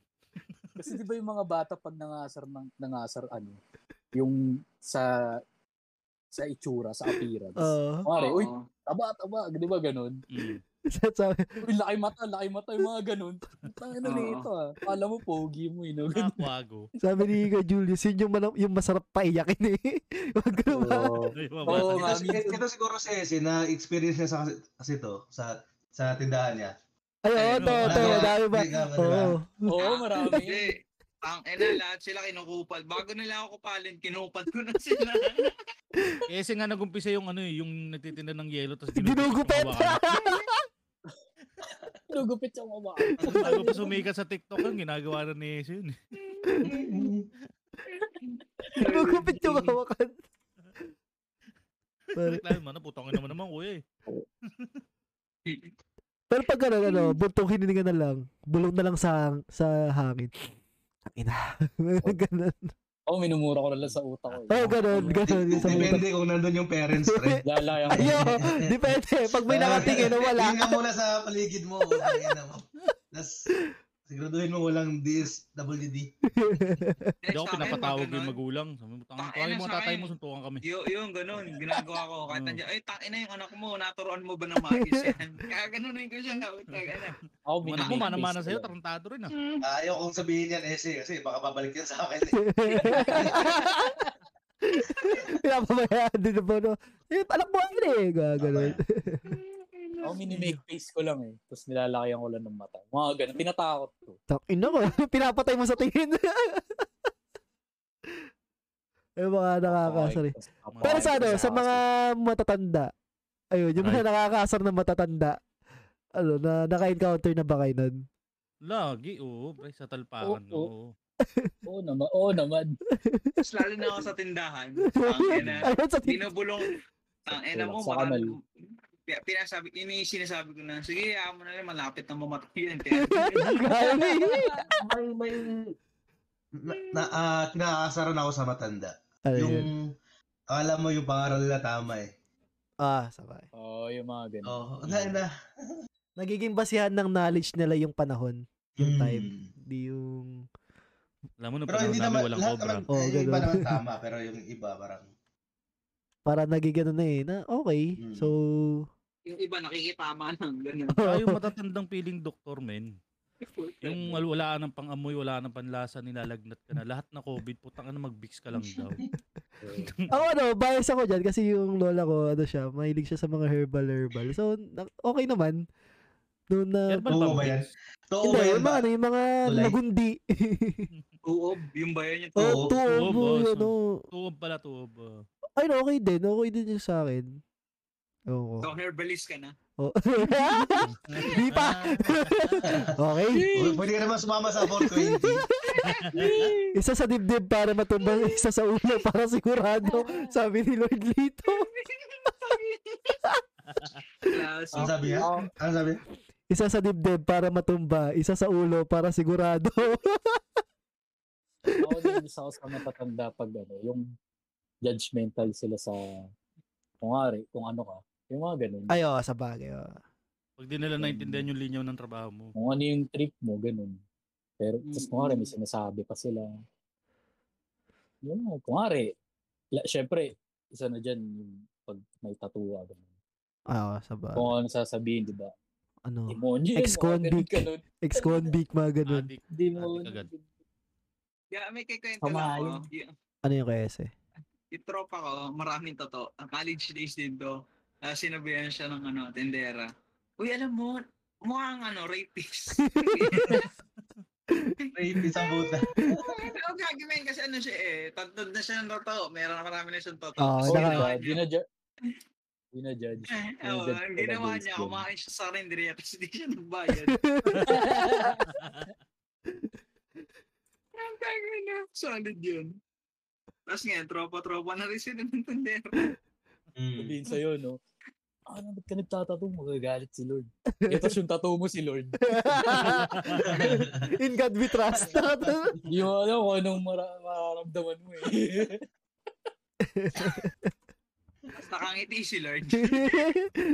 S3: Kasi di ba yung mga bata pag nangasar ng nangasar ano, yung sa sa itsura, sa appearance.
S1: Oo.
S3: Mare, uy,
S4: Oo.
S3: taba, taba, di ba ganun?
S2: Mm.
S1: Sa- sa-
S3: Uy, laki mata, laki mata, yung mga ganun. Tangin na
S4: Oo.
S3: nito ah. Kala mo, pogi mo, eh, ino.
S2: Nakakwago.
S1: Sabi ni Kuya Julius, yun yung, manam- yung masarap paiyakin eh. Wag ka naman.
S3: Oo,
S7: ito,
S3: nga,
S7: si-
S3: minsan.
S7: ito siguro si Ese, na-experience niya sa, kasi, kasi to, sa, sa tindahan niya.
S1: Ay, oo,
S4: Ayun,
S1: to,
S4: oo.
S1: to,
S7: Ano,
S1: dami ba?
S7: bigla ka, di ba?
S1: Oo.
S3: Oo, marami.
S4: Ah, Hindi. Ang ina, lahat sila kinukupal. Bago nila ako kupalin, kinupal ko na sila.
S2: Eh, kasi nga nagumpisa yung ano eh, yung nagtitinda ng yelo. Tapos
S1: Dinugupit.
S3: Nagupit yung mama.
S2: Bago pa sumikat sa TikTok, ang ginagawa na ni Ace yun.
S1: Nagugupit yung hawakan. Pero,
S2: Reklamo mo na, putangin naman naman kuya eh.
S1: pero pag ganun, ano, buntong hininga na lang, bulong na lang sa sa hangin. Ang ina. ganun.
S3: Oo, minumura ko na lang sa utak ko. eh.
S1: Oo, ganun, ganun. Yung sa
S7: Depende kung nandun yung parents, pre.
S3: Lalayan ko.
S1: Ayo, depende. Pag may nakatingin na wala.
S7: Tingnan muna sa paligid mo. Tingnan mo. Tapos, siguraduhin mo walang DSWD.
S2: Hindi ako
S4: Sa akin,
S2: pinapatawag
S4: pag
S2: yung
S4: ganun,
S2: magulang. Sabi mo, tangin
S4: Tangina
S2: tawagin mo ang
S4: sa
S2: tatay
S4: akin.
S2: mo, suntukan kami.
S4: Y- yung ganun, ginagawa ko. Kahit
S2: Oo.
S4: nandiyan, ay, tangina yung anak mo, naturoan mo ba ng maayos yan? Kaya ganunin ko siya. Tag, ina.
S3: Ako,
S2: Yung anak mo, manamana
S3: face
S2: sa'yo,
S3: ko.
S2: tarantado rin ah.
S7: Ayaw kong sabihin yan, Ese, kasi baka babalik yan sa akin. eh.
S1: Pinapabayaan din po, no? Eh, anak mo yun eh. Gagano'n.
S3: Ako, minimake face ko lang eh. Tapos nilalakayan ko lang ng mata. Mga ganun. Pinatakot ko.
S1: Tak, ina ko. Pinapatay mo sa tingin. Yung Eh, mga nakakasar eh.
S3: Okay, tapos
S1: Pero sa ano,
S3: papakita
S1: sa mga matatanda, ayun, yung mga nakakasar na matatanda, ano, na naka-encounter na ba kayo nun?
S2: Lagi, oo. Pre, sa talpakan.
S3: Oo,
S2: Oo.
S3: aso. Oo naman. Oo naman.
S4: Tapos lalo na ako sa tindahan. Tangina.
S1: Ayun sa tingin.
S4: Binubulong. Tangina mo,
S3: Sa kanal.
S4: marami. Pi- Pinasabi, ini sinasabi ko na, sige, hayaan mo na lang, malapit na mamatay yan. Kaya, ganun.
S1: Grabe.
S7: may, may... Na, na, ah, kinakasaran ako sa matanda.
S1: Ano yun?
S7: Yung, akala mo yung pangaral nila tama eh.
S1: Ah, sabay.
S3: Oo, yung mga ganun.
S7: Oo, oh, na, na.
S1: Nagiging basihan ng knowledge nila yung panahon. Yung
S7: Hmm.
S1: time. Di yung...
S2: Alam mo, nung
S7: Pero
S2: panahon
S7: hindi
S2: namin
S7: naman,
S2: walang
S7: lahat
S2: cobra.
S7: naman,
S1: Oo,
S7: eh, yung iba
S1: ganun.
S7: naman tama, pero yung iba parang,
S1: Para nagigano na eh, na okay.
S7: Mm.
S1: So,
S4: yung iba nakikitama ng ganun.
S2: Saka yung matatandang piling doktor, men. Yung wal- wala ka ng pangamoy, wala ka ng panlasa, nilalagnat ka na. Lahat na COVID, putang na mag-bix ka lang daw.
S1: ako ano, bias ako dyan kasi yung lola ko, ano siya, mahilig siya sa mga herbal-herbal. So, na- okay naman. Noon na,
S2: Herbal
S7: Oo
S2: pang
S7: ba yan?
S2: bix.
S7: totoo
S1: hindi, yung
S7: ba yan
S1: mga,
S7: ba?
S1: ano, yung mga
S7: Tulay?
S1: nagundi.
S4: Oo, yung bayan niya.
S1: oh,
S7: Oo.
S1: tuob mo,
S2: Oo, boss.
S1: ano.
S2: Tuob pala, tuob. ah.
S1: Ay, no, okay din. Okay din yung sa akin. Oo.
S4: So, herbalist ka na.
S1: Oh. Di pa. okay.
S7: Oo, Oh, Pwede ka naman sumama sa 420.
S1: Isa sa dibdib para matumba, isa sa ulo para sigurado. Sabi ni Lord Lito.
S4: Class.
S7: Ang sabi yan?
S3: Oo.
S7: Ang Ano sabi?
S1: Isa sa dibdib para matumba, isa sa ulo para sigurado.
S3: Ako din isa ako sa matatanda pag ano, yung judgmental sila sa kung ari, kung ano ka. Yung mga ganun.
S1: Ay, oo, sa bagay. oo.
S2: Pag di nila naintindihan yung linyaw ng trabaho mo.
S3: Kung ano yung trip mo, ganun. Pero, tapos kung ari, may sinasabi pa sila. Yun, nga, kung ari, la, syempre, isa na dyan yung pag may tattoo ka. Ganun.
S1: Ah, Oo, sa bagay.
S3: Kung ano sasabihin, di ba?
S1: Ano,
S3: Demonyo yun, mga ganun,
S1: Ex-convict.
S3: ganun.
S1: ex-convict, mga ganun.
S2: Adik.
S3: Demonyo.
S2: agad.
S4: Yeah, may kikwento lang
S3: Samahan.
S4: ako. Y-
S1: Ano yung KS eh?
S4: yung tropa ko, maraming totoo. Ang college days din to, ah, sinabihan siya ng ano, tendera. Uy, alam mo, mukhang ano, rapist.
S7: Rape sa puta.
S4: Ang gagawin kasi ano siya eh, tatod na siya ng totoo. Meron na marami na siyang totoo.
S1: Oo,
S3: Oh,
S4: Tapos
S1: naka-
S4: ginawa
S3: diba?
S4: niya-
S3: Ginadya- Hindi na judge.
S4: Oo, ang ginawa niya, kumain siya sa rendere kasi hindi siya nagbayad. Ang tagal na. Solid yun. Tapos ngayon, tropa-tropa na rin sila ng tundero.
S7: Mm.
S3: Sabihin sa'yo, no? Ano, ba't ka nagtatato? Magagalit si Lord. Eh, tapos yung tattoo mo si Lord.
S1: In God we trust.
S3: Hindi mo alam kung anong mara- mararamdaman mo eh.
S4: Tapos nakangiti si Lord.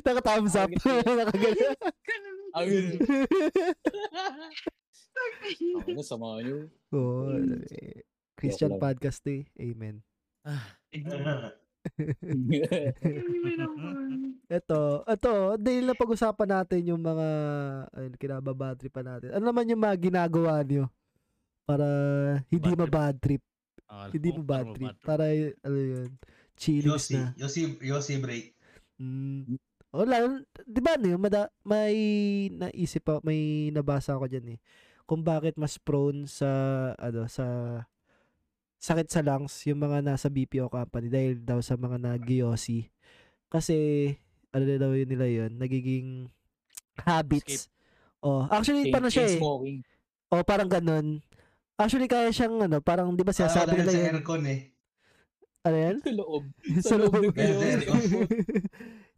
S1: Naka-thumbs up. Nakagalit.
S3: Ang yun. Ako na, samahan niyo.
S1: Oo.
S2: Mm.
S1: eh, Christian
S3: lang.
S1: podcast to eh. Amen. Ito, ito, dahil na pag-usapan natin yung mga ayun, kinababattery pa natin. Ano naman yung mga ginagawa niyo para hindi
S2: Bad trip.
S1: mabad trip,
S2: Ah,
S1: hindi
S2: kung
S1: mo bad
S2: parang
S1: trip.
S2: bad
S1: Para y- ano yun, chillings
S7: Yossi,
S1: na.
S7: Yossi, Yossi break.
S1: Mm. O lalo, di ba ano yun, mada, may naisip pa, may nabasa ako dyan eh. Kung bakit mas prone sa, ano, sa sakit sa lungs yung mga nasa BPO company dahil daw sa mga nag-yossi. Kasi, ano na daw yun nila yun, nagiging habits. Oh, actually,
S3: Chain-
S1: parang siya
S3: chain
S1: eh.
S3: smoking.
S1: Oh, parang ganun. Actually, kaya siyang, ano, parang, di ba
S7: Parang
S1: sinasabi
S7: wala
S1: nila
S7: sa
S1: yun?
S7: aircon eh.
S1: Ano yan?
S3: Sa loob.
S1: Sa loob ng
S7: Kaya
S3: yun.
S7: sa aircon.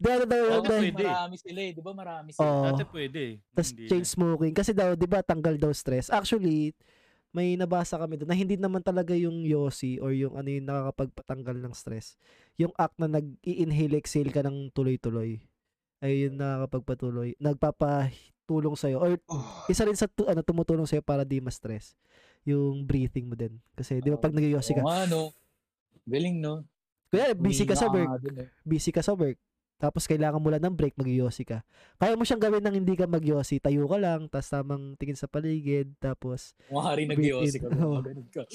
S1: Di ano daw yun,
S3: Oo,
S2: Dati
S1: dahil- Oh.
S2: pwede.
S3: Marami sila eh. Di ba marami sila?
S1: Oo.
S2: Dati pwede. eh.
S1: Tapos
S2: hindi
S1: chain smoking. Kasi daw, di ba, tanggal daw stress. Actually, may nabasa kami doon na hindi naman talaga yung yosi or yung ano yung nakakapagpatanggal ng stress. Yung act na nag-inhale, exhale ka ng tuloy-tuloy. Ay yun nakakapagpatuloy. Nagpapatulong sa'yo. Or
S7: Oh,
S1: isa rin sa tu- ano, tumutulong sa'yo para di ma-stress. Yung breathing mo din. Kasi di ba pag nag
S3: Oo
S1: ka,
S3: nga, no? Galing, no?
S1: kaya busy ka sa
S3: Hindi
S1: work,
S3: nakakadun eh.
S1: busy ka sa work. Tapos kailangan mo lang ng break, mag ka. Kaya mo siyang gawin ng hindi ka mag Tayo ka lang, tapos tamang tingin sa paligid, tapos
S3: Kumari nag-yossi ka.
S1: Oo.
S3: Ganun ka.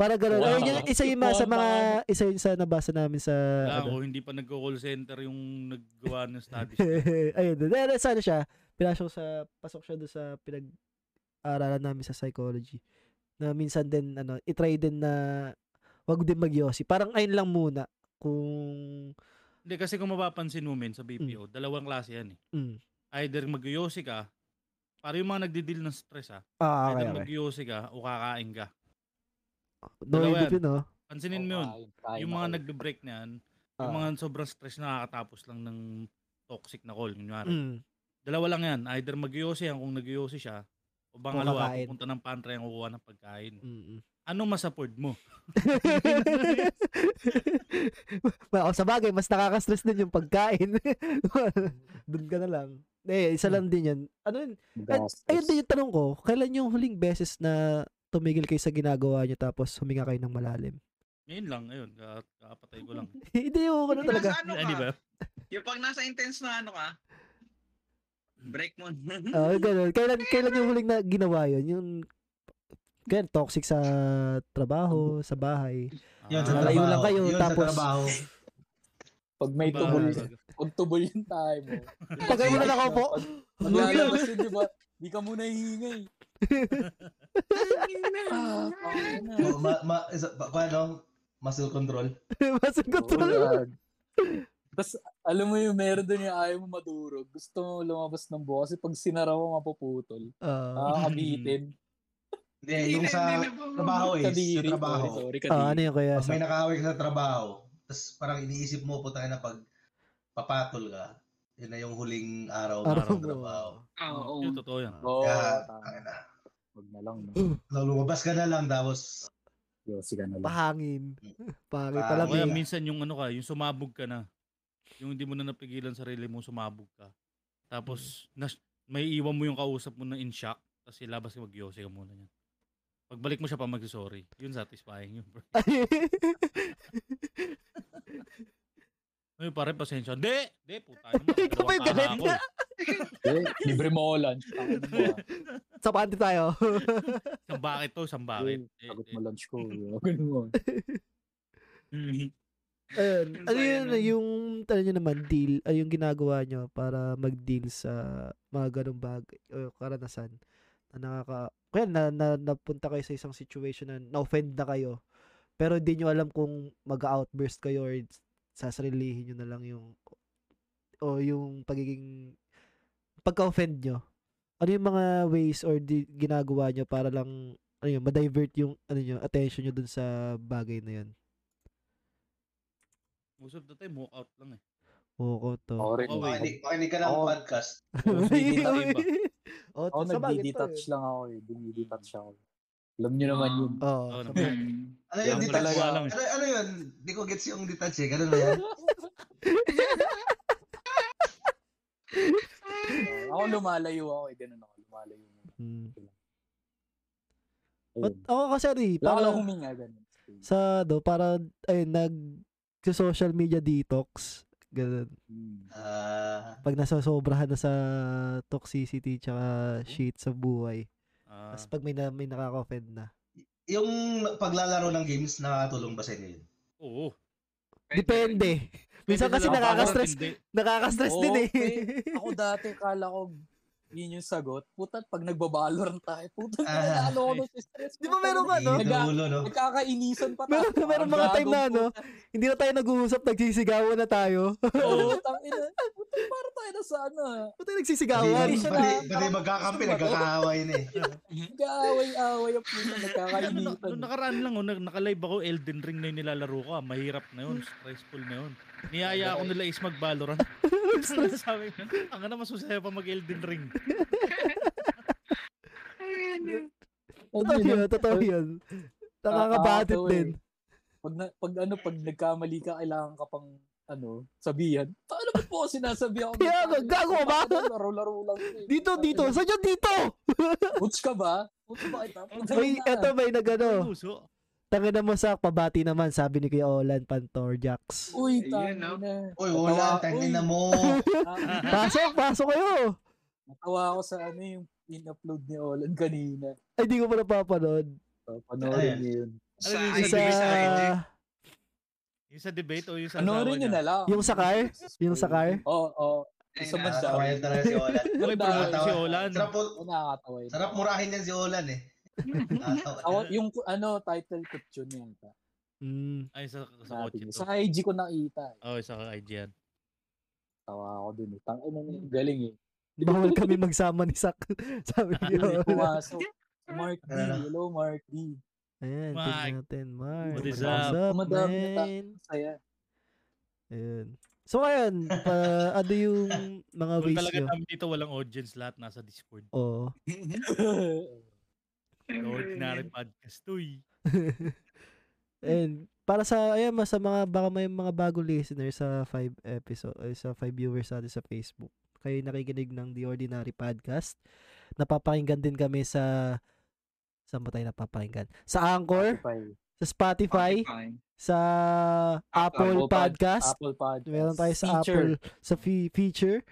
S1: Para ganun.
S3: Wow.
S1: Ayun, yun, isa yung mga, sa mga, isa yung sa nabasa namin sa,
S2: Kaya
S1: ano.
S2: ako, hindi pa nagko-call center yung naggawa ng studies.
S1: ayun, dahil sa ano siya, pinasok sa, pasok siya doon sa pinag-aralan namin sa psychology. Na minsan din, ano, itry din na, wag din mag Parang ayun lang muna. Kung,
S2: hindi, kasi kung mapapansin mo men sa BPO,
S1: Hmm.
S2: dalawang klase yan eh.
S1: mm,
S2: Either magyosi ka, para yung mga nagdi-deal ng stress ah,
S1: ah, okay,
S2: either
S1: okay.
S2: magyosi ka o kakain ka.
S1: No,
S2: Dalawa
S1: hindi yun, no?
S2: Pansinin mo
S3: Oo,
S2: yun.
S3: kain- kain
S2: Yung
S3: na
S2: mga
S3: kayo.
S2: nagbe-break na yan, yung
S1: Ah.
S2: mga sobrang stress na nakakatapos lang ng toxic na call. Kunyari.
S1: Mm.
S2: Dalawa lang yan. Either magyosi yan kung nagyosi siya, o pangalawa,
S1: kakain.
S2: pupunta ng pantry ang kukuha ng pagkain.
S1: Mm.
S2: Ano mas-afford mo?
S1: well, sa bagay, mas nakaka-stress din yung pagkain. Doon ka na lang. Eh, isa lang din yan. Ano yun?
S3: Gastos.
S1: Ayun din yung tanong ko, kailan yung huling beses na tumigil kayo sa ginagawa nyo tapos huminga kayo ng malalim?
S2: Ngayon lang, ayun, ka- kaapatay ko lang.
S1: Hindi yung ano
S4: Nasa
S1: talaga.
S4: ano
S2: Ay, di
S4: ka?
S2: ba?
S4: Yung pag nasa intense na ano ka, break mo.
S1: Oo, ganun. Kailan, kailan yung huling na ginawa yun? Yung kaya toxic sa trabaho, sa bahay.
S7: yun, sa
S1: Ah, malayo lang
S7: trabaho.
S1: kayo,
S7: Yun,
S1: tapos-
S7: sa trabaho.
S3: Pag may
S2: Ba-
S3: tubol,
S1: Bahala.
S3: pag tubol yung tayo mo.
S1: Tagay mo na lang ako po.
S3: Maglalabas yun, di ba? Di ka muna hihingay. Ah, okay na.
S7: Oh, ma, ma, isa, pa, paano? Muscle control.
S1: Masin ko to.
S3: Tapos, Oh, alam mo yung meron doon yung ayaw mo madurog. Gusto mo lumabas ng buho kasi pag sinara mo mapuputol.
S1: Ah,
S3: Nakakabitin.
S7: Hindi, yung sa trabaho eh. Sa
S3: Kadiri.
S7: trabaho.
S3: Sorry, sorry,
S1: ah,
S3: kadiri.
S1: ano yun kaya?
S7: Pag
S1: Sa,
S7: may nakawag sa trabaho, tapos parang iniisip mo, puta na pag papatol ka, yun na yung huling araw mo
S1: Araw
S7: sa
S1: mo.
S7: trabaho.
S4: Oo.
S2: Yun, totoo yan.
S3: Oo,
S7: Kaya,
S3: tama.
S7: tangin na.
S3: Huwag na lang. no?
S7: Lalo, Lumabas ka na lang, tapos
S3: Yossi ka na lang.
S1: pahangin. Pahangin
S7: Pahangin.
S2: O
S1: talaga.
S2: kaya
S7: Lamig.
S2: minsan yung ano ka, yung sumabog ka na. Yung hindi mo na napigilan sarili mo, sumabog ka. Tapos, nas- may iwan mo yung kausap mo na in shock. Tapos ilabas ka, magyosi ka muna yan. Pagbalik mo siya pa mag-sorry. Yun satisfying yun. bro. Ay, pare, pasensya. Hindi! Hindi, puta. Ano,
S1: Ikaw pa yung galit na.
S3: Eh, libre mo ko lunch. Tangin mo, ah.
S1: sa panty tayo.
S2: Isang bakit to, isang bakit.
S3: Eh, Sagot mo lunch ko. Huwag ganun mo.
S1: Hmm. Ayun. Ano
S4: Yung kaya
S1: yun,
S4: nun.
S1: yung, ano nyo naman, deal, ay yung ginagawa nyo para mag-deal sa mga ganong bagay o karanasan na nakaka, kaya na, na, napunta kayo sa isang situation na na-offend na kayo, pero hindi nyo alam kung mag-outburst kayo or sasarilihin nyo na lang yung o yung pagiging pagka-offend nyo, ano yung mga ways or di, ginagawa nyo para lang ano yun, ma-divert yung ano nyo, attention nyo dun sa bagay na yun?
S2: Most of the time, walk out lang eh.
S1: Oo, to.
S3: Ako rin.
S2: Oh, wait.
S7: Makinig, makinig ka ng
S3: Oo.
S7: podcast.
S2: hindi na iba.
S1: Oo,
S3: Ako
S1: sa bagay to
S3: nagdi-detouch
S1: eh.
S3: lang ako eh. Dinidetouch ako. Alam niyo naman yun.
S1: Oo.
S2: Oo
S1: sa
S2: naman.
S1: bagay.
S7: Ano yung
S2: Yan
S7: detach?
S2: talaga lang. eh.
S7: Ano, ano yun? Hindi ko gets yung detach eh. Ganun ba yan?
S3: ako lumalayo ako eh. Ganun ako. Lumalayo.
S1: Hmm.
S3: Ayun.
S1: But ako kasi ano eh,
S3: Lang ako
S1: para
S3: lang huminga. Ganun.
S1: sa do para ay nag sa social media detox. Ganun.
S3: Hmm.
S7: Ah,
S1: Pag nasa sobrahan na sa toxicity tsaka shit sa buhay.
S2: Ah,
S1: Tapos pag may, na, may nakaka-offend na.
S7: yung paglalaro ng games nakakatulong ba sa inyo yun?
S2: oo.
S1: Depende. Minsan kasi
S2: Pwede na lang
S1: nakaka-stress.
S2: hindi.
S1: Nakaka-stress din eh.
S3: Okay. Ako dati kala ko yun yung sagot. Putat, pag nagbabalor tayo, putat,
S7: Ah.
S3: nalalo ko na si stress.
S1: Di Ano
S3: Puta,
S1: ba meron ka, no?
S7: Hindi dulo, no?
S3: Nagkakainisan pa
S1: Meron- meron mga time na, ano, Hindi na tayo nag-uusap, nagsisigawan na tayo.
S3: Oo, tangina. Puta, para tayo na sa ano.
S1: Buti
S7: Pati,
S1: nagsisigawan.
S3: Hindi.
S7: pati, pati magkakampi, nagkakaaway na eh.
S1: Mm-hmm.
S3: Nag-aaway-aaway ang puta,
S2: Nung na-
S3: nagkakainitan.
S2: nung nakaraan lang, oh, nag- nakalive ako, Elden Ring na yung nilalaro ko. Ah. Mahirap na yun, stressful na yun. Niyaya ako nila is mag-Valorant. Sabi ko, ang na mas masaya pa mag-Elden Ring.
S1: Totoo
S3: Ayun,
S1: yun, totoo yun. Nakakabatit
S3: Nakakatawa eh.
S1: din.
S3: Pag, na, pag ano, pag nagkamali ka, kailangan ka pang ano, sabihan. Paano ba po ako sinasabi ako?
S1: Kaya nga, gago ka ba?
S3: Laro-laro lang. to eh.
S1: Dito, dito. Saan yun dito?
S3: Uts ka ba? Uts ba kita?
S1: May, eto, may nagano.
S2: Puso.
S1: Tangin na mo sa pabati naman, sabi ni Kuya Olan, Pantor Jax.
S3: Uy,
S4: Ayun,
S3: tangina.
S4: no?
S3: na.
S7: Uy, wala, tangin na mo.
S1: Pasok, pasok kayo.
S3: Natawa ako sa ano yung in-upload ni Olan kanina.
S1: Ay, di ko pa napapanood.
S3: So, panoorin
S7: Ayan.
S3: niyo yun.
S4: Sa eh.
S1: Yung
S2: Ano Ay,
S4: IG,
S1: sa,
S2: ibig
S4: sa IG.
S2: eh. Yung sa debate o yung sa asawa
S3: Panoorin niyo na
S2: niya.
S3: lang.
S1: Yung sa car? Yung sa car?
S3: Oo, oo.
S4: Ayun
S3: Isa
S4: na.
S3: ba siya?
S7: Nakakaway talaga si Olan.
S2: May promote si Olan.
S7: Sarap, po-
S3: Oo, Nakakatawa yun.
S7: sarap murahin yan si Olan eh. Nakakatawa.
S3: Ako, yung ano, title ko yun yun.
S1: Mm.
S2: Ay, sa, sa kotse
S3: Sabi niya.
S2: to.
S3: Sa IG ko nakita. eh.
S2: Oh, sa IG yan.
S3: Tawa ako dun. eh. Tang, ano, galing eh.
S1: Bawal kami magsama ni Sak. sabi ni
S3: Hindi
S1: Kuya Olan.
S3: pumasok. Mark D.
S1: Ah.
S3: Hello, Mark D.
S1: Ayan,
S2: Mike.
S1: tignan natin, Mark.
S2: What is
S1: What's
S3: up?
S1: up,
S3: Madami na ta-
S1: man?
S3: Saya.
S1: Ayan. So, ayan. Pa, ano yung mga
S2: Kung
S1: ways
S2: talaga
S1: nyo? Oh.
S2: kami dito walang audience lahat nasa Discord.
S1: Oo.
S2: The ordinary podcast to eh.
S1: And para sa ayan mas sa mga baka may mga bagong listeners sa five episode eh, sa five viewers natin sa Facebook. Kayo nakikinig ng The Ordinary Podcast. Napapakinggan din kami sa saan ba tayo napapakinggan? Sa Anchor,
S3: Spotify.
S1: sa Spotify, sa Apple,
S3: Apple Pod-
S1: Podcast.
S3: Apple Podcast.
S1: Meron tayo sa
S3: Feature.
S1: Apple sa fi- feature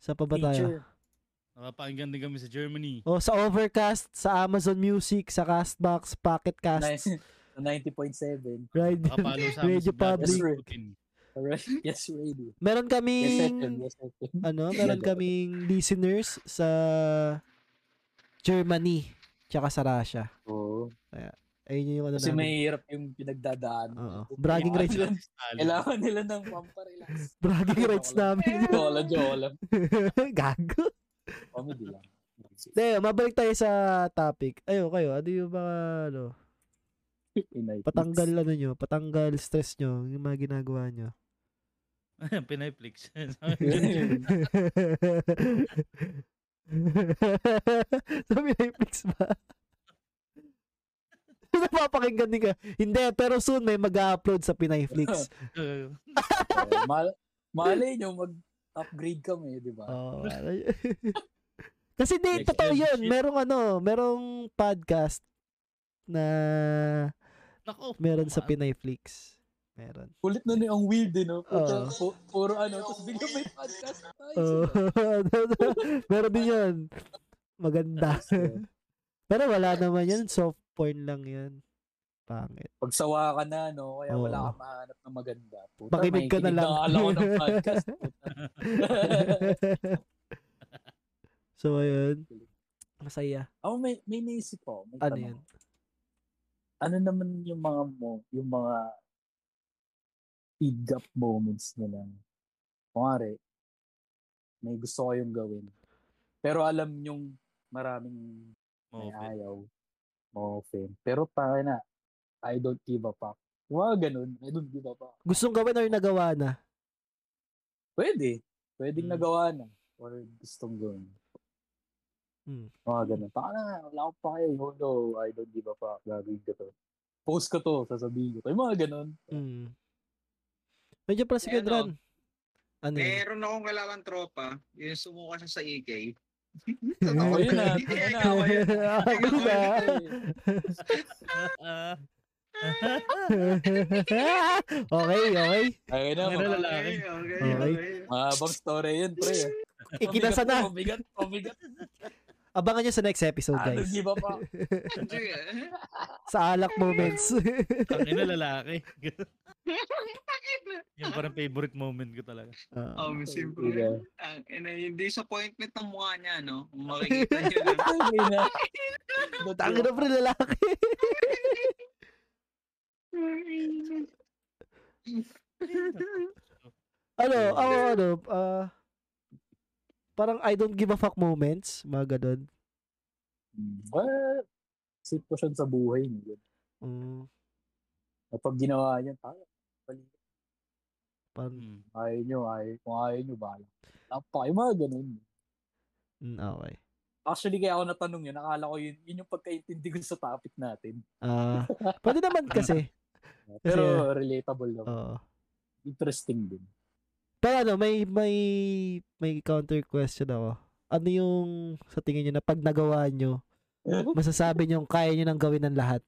S1: sa pa ba tayo?
S3: Feature.
S2: Nakapakinggan din kami sa Germany.
S1: Oh, sa Overcast, sa Amazon Music, sa Castbox, Pocket Casts,
S3: Nine- 90.7.
S1: Ride.
S2: Nakapalo sa amin
S1: Radio
S2: si Vladimir
S3: Public.
S2: Putin.
S3: Alright. Yes, radio.
S1: Meron
S3: Yes,
S1: kaming
S3: FM. Yes, FM.
S1: ano, meron
S3: Nagawa.
S1: kaming listeners sa Germany tsaka sa Russia.
S3: Oo.
S1: Ayun yung ano
S3: Kasi
S1: namin.
S3: mahirap yung pinagdadaan.
S1: Oo.
S3: Kailangan
S1: Bragging rights.
S3: nila-
S2: Talo.
S3: Kailangan nila ng pamparelax.
S1: Bragging rights namin.
S3: Jola, jola.
S1: Gago.
S3: Comedy lang.
S1: Dahil, mabalik tayo sa topic. Ayun, kayo, ano yung mga, ano,
S3: Inay.
S1: patanggal, ano nyo, patanggal stress nyo, yung mga ginagawa nyo.
S2: Pinayflix.
S1: Sabi na yung fix ba? Napapakinggan din ka. Hindi, pero soon may mag-upload sa Pinay Flix.
S3: Mal malay nyo, mag-upgrade kami, di ba?
S4: Ah.
S1: Oo, aray. Oh, Kasi di,
S3: Next
S1: totoo
S2: level
S1: yun.
S2: shit.
S1: Merong ano, merong podcast na
S2: Nako.
S1: meron sa
S4: Ah.
S2: kumaan.
S1: Pinayflix. Meron.
S3: Kulit nun eh, ang weird eh, no? Puta,
S1: Oo.
S3: pu- puro ano, tapos bigla may podcast tayo.
S1: Oo. Oh, meron din yun. Maganda. Pero wala naman yun. Soft porn lang yun. Pangit.
S3: Pagsawa ka na, no? Kaya wala
S1: Oo.
S3: ka mahanap na maganda. Puta,
S1: Ah. Makinig ka na
S3: makikinig
S1: lang.
S3: nga ako ng podcast. Puta.
S1: so, ayun. Masaya.
S3: Ako may, may naisip ako. May
S1: Ano
S3: tanong
S1: yun?
S3: ako. Ano naman yung mga mo, yung mga feed up moments na lang. Kumari, may gusto kayong gawin. Pero alam yung maraming may
S2: Okay.
S3: ayaw mo fame. Pero tayo na, I don't give a fuck. Yung Mga ganun, I don't give a fuck.
S1: Gustong gawin or nagawa na?
S3: Pwede. Pwedeng
S2: Mm.
S3: nagawa na. Or gustong gawin.
S1: Mm.
S3: Mga ganun. Taka na, wala akong pake. Yolo, I don't give a fuck. Gagawin ko to. Post ko to, sasabihin ko to. Yung mga ganun.
S1: Mm. Medyo pala si
S4: Eh, ano? Eh,
S1: Kedran. Ano yun?
S4: Meron akong kalaban tropa, yung sumuka siya sa EK.
S3: Oh, yun na.
S4: Hindi,
S3: Yun na.
S4: ikaw yun.
S1: Ako na.
S2: Ah,
S1: okay, okay.
S3: Ayun na.
S1: Ano
S2: Ang
S3: ano, mga-
S2: lalaki.
S4: Okay, okay,
S1: Okay.
S4: okay.
S3: Mahabang story yun, pre.
S1: Ikinasa na.
S3: Mabigat, mabigat.
S1: Abangan nyo sa next episode,
S3: I don't
S1: guys.
S3: give a fuck.
S4: Sige.
S1: Sa alak moments.
S2: ang ina lalaki. Yung parang favorite moment ko talaga.
S1: Ah.
S4: Oh,
S3: Sige.
S4: siyempre. Ang ina, yung disappointment ng mukha niya, no? Kung Makikita niyo lang.
S3: Ayun na. Don't
S1: Tangin
S3: give
S1: na pre lalaki. ano, ako ano, ah, parang I don't give a fuck moments, mga ganun.
S3: Well, sitwasyon sa buhay niyo.
S1: Mm,
S3: Kapag ginawa niyan, tayo, balik.
S1: parang,
S2: Hmm.
S3: Ayaw nyo, ayaw, kung ayaw nyo, bala. Napaka, yung mga ganun.
S1: mm, okay.
S3: Actually, kaya ako natanong yun, akala ko yun, yun yung pagkaintindi ko sa topic natin.
S1: Ah, pwede naman kasi. Ah.
S3: Pero relatable naman.
S1: Oo.
S3: Interesting din.
S1: Pero ano, may may may counter question ako. Ano yung sa tingin niyo na pag nagawa niyo, masasabi niyo kaya niyo nang gawin ng lahat?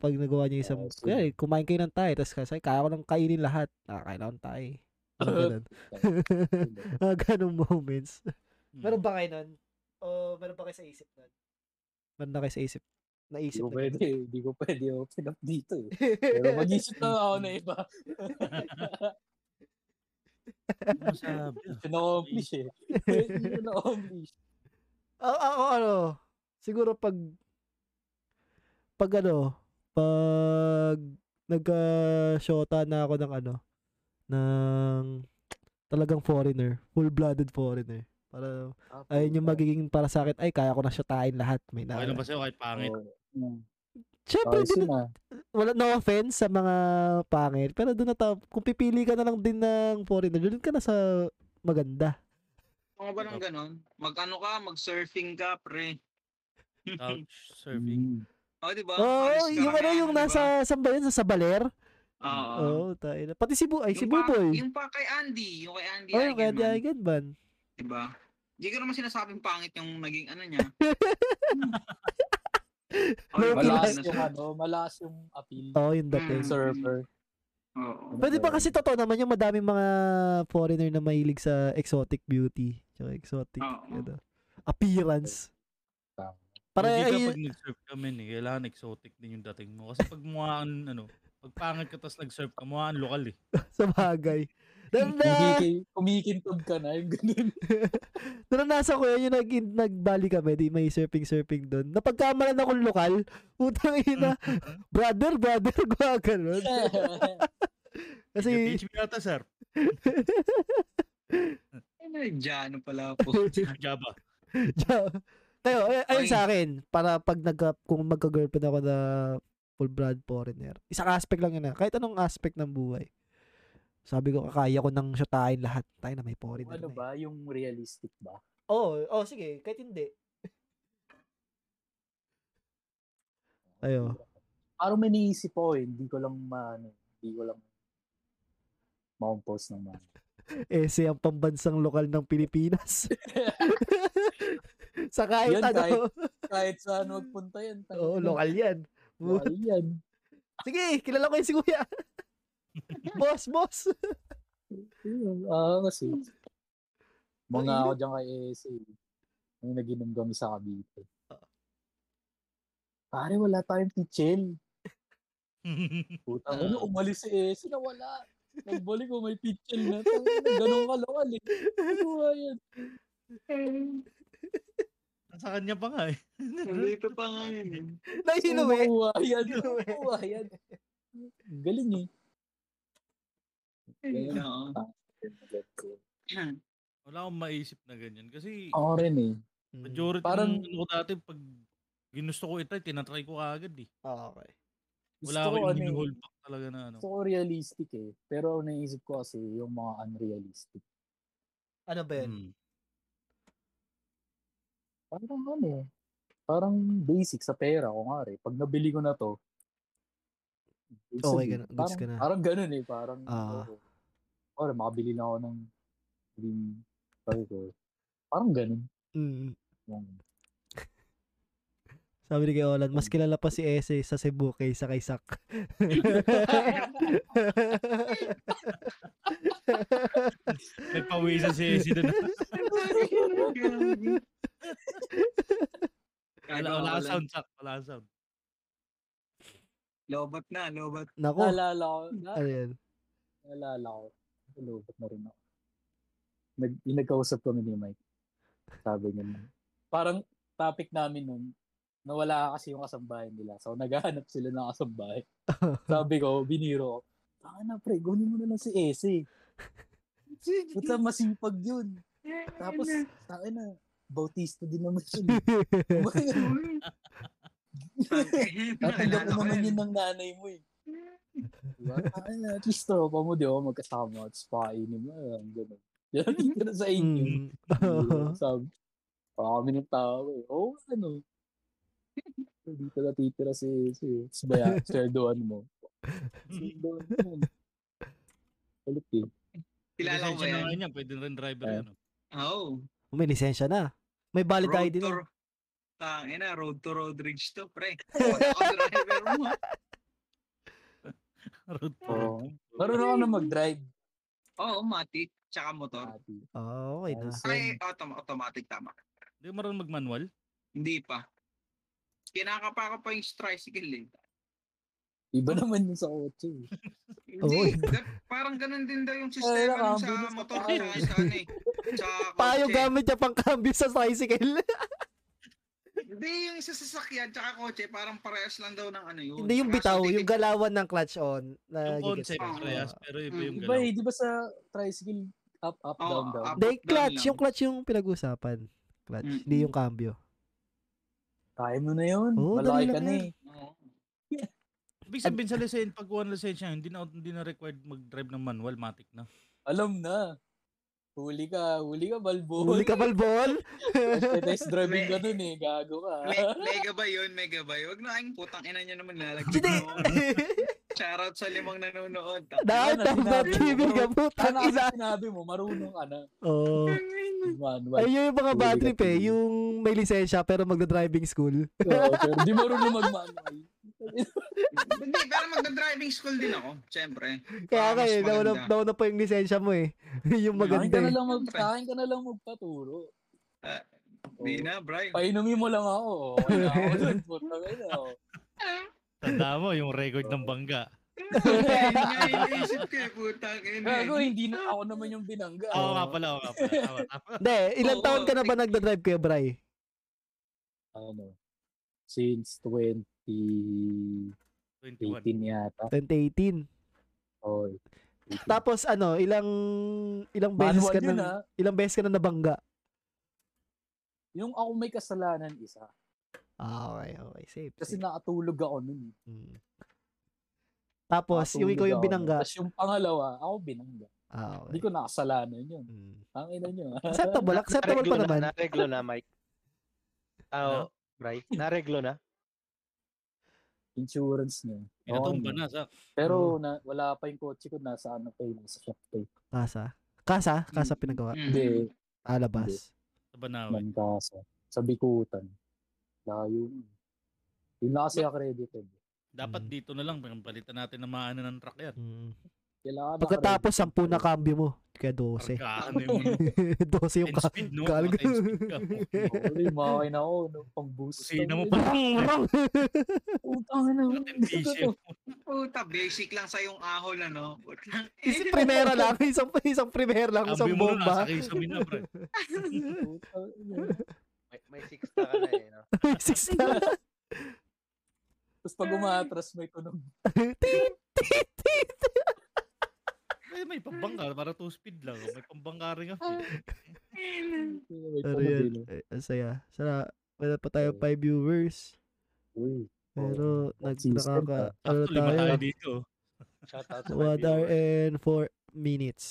S1: Pag nagawa niyo
S3: Ah,
S1: isang,
S3: sige.
S1: kaya kumain kayo ng tayo, tapos kasi kaya ko nang kainin lahat. Ah, kaya lang tayo. Mga ganun. Mga ganung moments.
S2: Hmm.
S1: Meron ba kayo nun? O meron ba kayo sa isip nun? Meron na kayo sa isip?
S3: Hindi
S1: Naisip
S3: ko
S1: na
S3: pwede,
S1: ganun?
S3: hindi ko pwede open up dito eh. Pero mag-isip na ako na iba.
S2: Ano masabi?
S3: Hindi ko na-accomplish eh. Hindi ko na-accomplish.
S1: A- ako ano, siguro pag pag ano, pag nagka-shota na ako ng ano, ng talagang foreigner, full-blooded foreigner. Para ayun yung magiging para sa akin, ay kaya ko na shotain lahat, may na.
S2: Okay lang ba sa'yo kahit pangit?
S1: Syempre,
S3: Hmm. Ayos yun
S1: di
S3: ah.
S1: na- wala no offense sa mga pangit, pero doon na ta- kung pipili ka na lang din ng foreigner, doon ka na sa maganda.
S4: Mga ba ng ganon? Mag-ano ka, mag-surfing ka, pre.
S2: Couch
S1: Hmm.
S2: surfing.
S3: Hmm.
S4: Oh, di ba?
S1: Oo,
S4: Alis ka
S1: yung ano
S4: ngayon,
S1: yung
S4: di ba?
S1: nasa saan ba yun? Sa Sabaler?
S4: Oo.
S1: Oo, tayo na. Pati si Bu, ay si
S4: Yung pa-
S1: Buboy.
S4: Yung pa kay Andy. Yung kay Andy
S1: Oh, yung
S4: Eigenman,
S1: Andy Eigenman.
S4: Di ba? Hindi ko naman sinasabing pangit yung naging ano niya. Oh,
S1: Low-key
S4: wala
S3: Malakas
S4: na
S3: yung
S4: siya.
S3: ano, malakas yung appeal.
S1: Oo, oh, yung dating.
S4: Mm.
S3: Surfer.
S4: Oo.
S2: Mm.
S1: Pwede ba kasi totoo naman yung madaming mga foreigner na mahilig sa exotic beauty. Tsaka exotic,
S4: Oo.
S1: ano, appearance.
S3: Tama.
S1: Para
S2: Hindi ka
S1: ay,
S2: pag nag-surf ka men eh, kailangan exotic din yung dating mo. Kasi pag mukhaan, ano, pag pangit ka tapos nag-surf ka, mukhaan lokal eh.
S1: sa bagay. Nung na,
S3: Kumiki- Kumikintog ka na, yung ganun.
S1: nung nasa ko yun, yung nag, nagbali kami, di may surfing-surfing doon. Napagkamalan akong lokal, utang ina,
S2: Mm.
S1: brother, brother, gawa ganun.
S2: Kasi...
S1: Kasi,
S2: Teach me yata, sir.
S4: Ano yung Jano pala po.
S2: Java.
S1: Diyan. Tayo, ay, ayun
S4: Okay.
S1: sa akin, para pag nag kung magka-girlfriend ako na full blood foreigner, isang aspect lang yun na, kahit anong aspect ng buhay. Sabi ko, kaya ko nang shotain lahat. Tayo na may foreigner.
S3: ano
S1: na eh.
S3: ba, yung realistic ba?
S1: Oo, oh, sige, kahit hindi. Ayo.
S3: Parang may naisip ako eh, hindi ko lang maano, hindi ko lang ma-compose ng maano.
S1: Ese ang pambansang lokal ng Pilipinas. sa kahit
S3: Yan,
S1: ano.
S3: Kahit saan magpunta yan. tangina.
S1: Oo, lokal yan.
S3: Lokal yan.
S1: Sige, kilala ko yun si Kuya. boss, boss.
S3: Ayun, Ah, kasi. Mga ako dyan kay ESA. May naginom kami sa Cavite. Pare, wala tayong pichel. Puta,
S2: Ah.
S3: ano, umalis si ESA na wala. Nagbalik ko, may pichel na. Tangina, Ganun ka lokal eh. Ano ba yan?
S2: Sa kanya pa nga eh.
S4: Nandito pa nga yun eh.
S1: Nahinom eh.
S3: Makuha yan.
S1: Inuwi.
S3: Makuha yan. Galing eh.
S4: Oo.
S2: Wala akong maisip na ganyan. Kasi
S3: Ako rin eh.
S1: Mm.
S2: majority
S3: Parang-
S2: ng ano ko dati, pag ginusto ko itry, tinatry ko agad eh.
S1: Okay.
S3: Gusto
S2: Wala
S3: ko
S2: akong
S3: ano
S2: yung
S3: eh.
S2: hold back talaga na ano.
S3: Gusto ko realistic eh. Pero naisip ko kasi yung mga unrealistic.
S1: Ano ba yun?
S2: Hmm.
S3: Parang ano eh. Parang basic sa pera ko nga eh. Pag nabili ko na to, ibig
S1: Okay
S3: sabihin,
S1: ka na- goods
S3: parang,
S1: ka na.
S3: Parang ganun eh. Parang,
S1: Ah.
S3: oo. Or makabili na ako ng green sabi ko. Parang ganun.
S1: Mm.
S3: Yung,
S1: Sabi ni Kuya Olan, mas kilala pa si Ese sa Cebu kaysa kay Sak.
S2: Nagpawisan si Esi doon. Wala, wala kang sound sack. Wala kang sound.
S4: Lobat na, lobat.
S1: Nako.
S3: naalala ko, na,
S1: Ano yan?
S3: naalala ko. Nalubot na rin ako. Nag, yung nagkausap kami ni Mike. Sabi niya, parang topic namin nun, nawala kasi yung kasambahay nila. So, naghahanap sila ng kasambahay. Sabi ko, biniro ko, Baka na pre, kunin mo na lang si Ese. Puta, masipag yun. Tapos, takin na, Bautista din naman yun. Tatanggap
S4: Naalala ko
S3: naman
S4: yun.
S3: yun ng nanay mo eh. Diba? Takin na, at least tropa mo, di ba, oh, magkasama at spakainin mo. ah, Ang ganun. Yan ka na sa inyo.
S1: Mm.
S3: Diba? Sabi, wala kami ng tao eh. Oo, ano. Dito na titira si, si, si Baya, sweldoan mo. Sweldoan mo. Ulit eh.
S4: Kilala ko
S2: Lisensya
S4: ba
S2: na
S4: yan?
S2: nga niya. Pwede rin driver
S3: Ah.
S2: yan. oh.
S4: Oo.
S1: May lisensya na. May valid
S4: Road
S1: ID
S4: to
S1: na.
S4: ro- Tangin na, road to road ridge to, pre. Wala akong driver mo.
S2: Road to
S3: Oo.
S2: road.
S3: Marunong ako na mag-drive.
S4: Oo, matik. Tsaka motor.
S3: Ate.
S1: Oh, okay na.
S3: Ayos
S4: Ay,
S3: yun.
S4: autom- automatic tama.
S2: Hindi ko marunong mag-manual.
S4: Hindi pa. Kinakapa ko pa yung tricycle eh.
S3: Iba naman yun sa kotse. eh.
S1: Oy.
S4: Hindi, ga- parang ganun din daw yung sistema
S3: Ay,
S4: nun
S3: nakakabilis
S4: sa
S3: ka
S4: motor
S3: tayo.
S4: sa sa ano eh. Sa
S1: Payo
S4: kotse.
S1: gamit niya pang cambio sa tricycle.
S4: Hindi, yung sa sasakyan tsaka kotse, parang parehas lang daw ng ano yun.
S1: Hindi yung bitaw, yung
S4: gano'n.
S1: galawan ng clutch on. Na
S2: Yung concept,
S4: Ah.
S2: parehas, pero iba
S4: Mm,
S2: yung
S3: Iba
S2: galaw.
S3: eh, di ba sa tricycle up, up,
S4: Oo,
S3: down, down?
S4: up.
S1: Hindi,
S4: Down
S1: clutch.
S4: lang.
S1: Yung clutch yung pinag-usapan. Clutch.
S4: Mm.
S1: Hindi yung cambio.
S3: Kaya mo na yun.
S1: Oo,
S3: Malaki
S1: dali
S3: ka
S1: lang
S3: na
S1: yan.
S3: eh.
S2: Ibig sabihin sa lisensya, pag one lisensya, hindi na, hindi na required mag-drive ng manual, matik na.
S3: Alam na. Huli ka, huli ka, balbuhol.
S1: Huli ka balbol?
S3: Test driving ka dun eh, gago ka.
S4: mega ba yun? Mega ba yun? Huwag na kayong putang ina nyo naman lalagyan
S1: Hindi.
S4: mo. Shoutout sa limang nanonood.
S3: Wala
S1: Dahil
S3: na,
S1: dapat
S3: sinabi mo.
S1: kibig ka putang
S3: Sana
S1: ina.
S3: kasi sinabi mo, marunong ka na.
S1: Oo.
S3: Manual.
S1: Ayun yung mga
S3: Huli ka
S1: bad trip eh.
S3: tigil.
S1: Yung may lisensya pero magda-driving school.
S3: Oo, oh, pero di marunong mag-manual.
S4: Hindi, pero magda-driving school din ako. Siyempre.
S1: Kaya
S4: Ah,
S1: kayo,
S4: mas
S1: nauna,
S4: maganda.
S1: nauna pa yung lisensya mo eh. yung
S3: Akin ka na
S1: maganda eh.
S3: lang, mag, sa akin ka na lang magpaturo.
S4: Ah, Hindi na, Brian.
S3: Painumin mo lang ako. Okay na ako dun. Puta ka na. oh.
S2: Tanda mo, yung record ng bangga.
S4: Ayun nga, iniisip ko eh, putang ina.
S3: Gago,
S1: eh.
S3: hindi na ako naman yung binangga. oh.
S2: Oo nga pala, oo nga pala. Tama, tama.
S1: Hindi, ilang
S4: Oo,
S1: taon ka na ba
S4: thank-
S1: nagda-drive kuya Bray?
S3: Ano, since 2018
S2: 21.
S3: yata.
S1: 2018.
S3: Oh,
S1: Tapos ano, ilang ilang beses
S3: manual
S1: ka
S3: yun
S1: na
S3: ah.
S1: ilang beses ka na nabangga?
S3: Yung ako may kasalanan isa.
S1: Ah, okay, okay, safe.
S3: Kasi
S1: safe.
S3: nakatulog ako nun. eh.
S1: Mm. Tapos yung
S3: Nakatulog
S1: ikaw yung
S3: ako nun.
S1: binangga.
S3: Tapos yung pangalawa, ako binangga.
S1: ano, Ah,
S3: Hindi
S1: okay.
S3: ko nakasalanan yun.
S1: Mm.
S3: Ang ina nyo. ah.
S1: Acceptable, acceptable pa
S8: Nareglo
S1: naman.
S8: Na, nareglo na, Mike. Ah, oh, right. Nareglo na.
S3: Insurance nyo.
S2: Pinatumba
S3: Okay
S2: na, sak.
S3: Pero na, wala pa yung kotse ko. Nasa ano pa yun. Nasa shop pa yun.
S2: Mm-hmm.
S1: Kasa. Kasa,
S2: Hmm.
S1: kasa pinagawa. Ah,
S4: Mm.
S3: Hindi.
S1: Alabas.
S2: Sa Banawi.
S3: Mangkasa. Sa Bikutan. Layo nun. Yun na kasi eh. accredited.
S2: Dapat
S1: Mm.
S2: dito na lang, palitan natin na maano ng truck yan.
S1: Mm.
S3: Kailangan
S1: Pagkatapos 10 na cambio mo, kaya 12.
S2: Parkaan na yung ano.
S1: 12 yung
S2: 10
S1: ka.
S2: speed, no?
S1: Galing.
S2: Mga 10 speed ka.
S3: accredited. Uy, makakain ako. No, pang boost.
S2: Kusina mo pa.
S3: Tangina. Putang ina.
S2: Atin BCM.
S4: Puta, basic lang sa yung ahol, ano? Putang
S1: Isang primera lang, isang isang primera lang, isang
S2: Sabi mo na,
S1: bomba.
S2: nasa kisamin na, pre.
S3: Putang ina.
S8: May, may six na ka na eh. No?
S1: Six na.
S3: Tapos pag umatras may tunog.
S2: May, may pabangga. para two speed lang. May pambangkari ka.
S3: Wait,
S1: Pero
S3: ano
S1: yun,
S3: din, no?
S1: eh, ang saya. Sana, wala pa tayo 5 viewers.
S3: eh. Uy,
S1: Pero, nag,
S3: Consistent,
S1: nakaka, ano
S2: Actually, lima tayo
S1: tayo,
S2: dito.
S8: Shout out to my
S1: one hour
S8: viewers.
S1: and 4 minutes.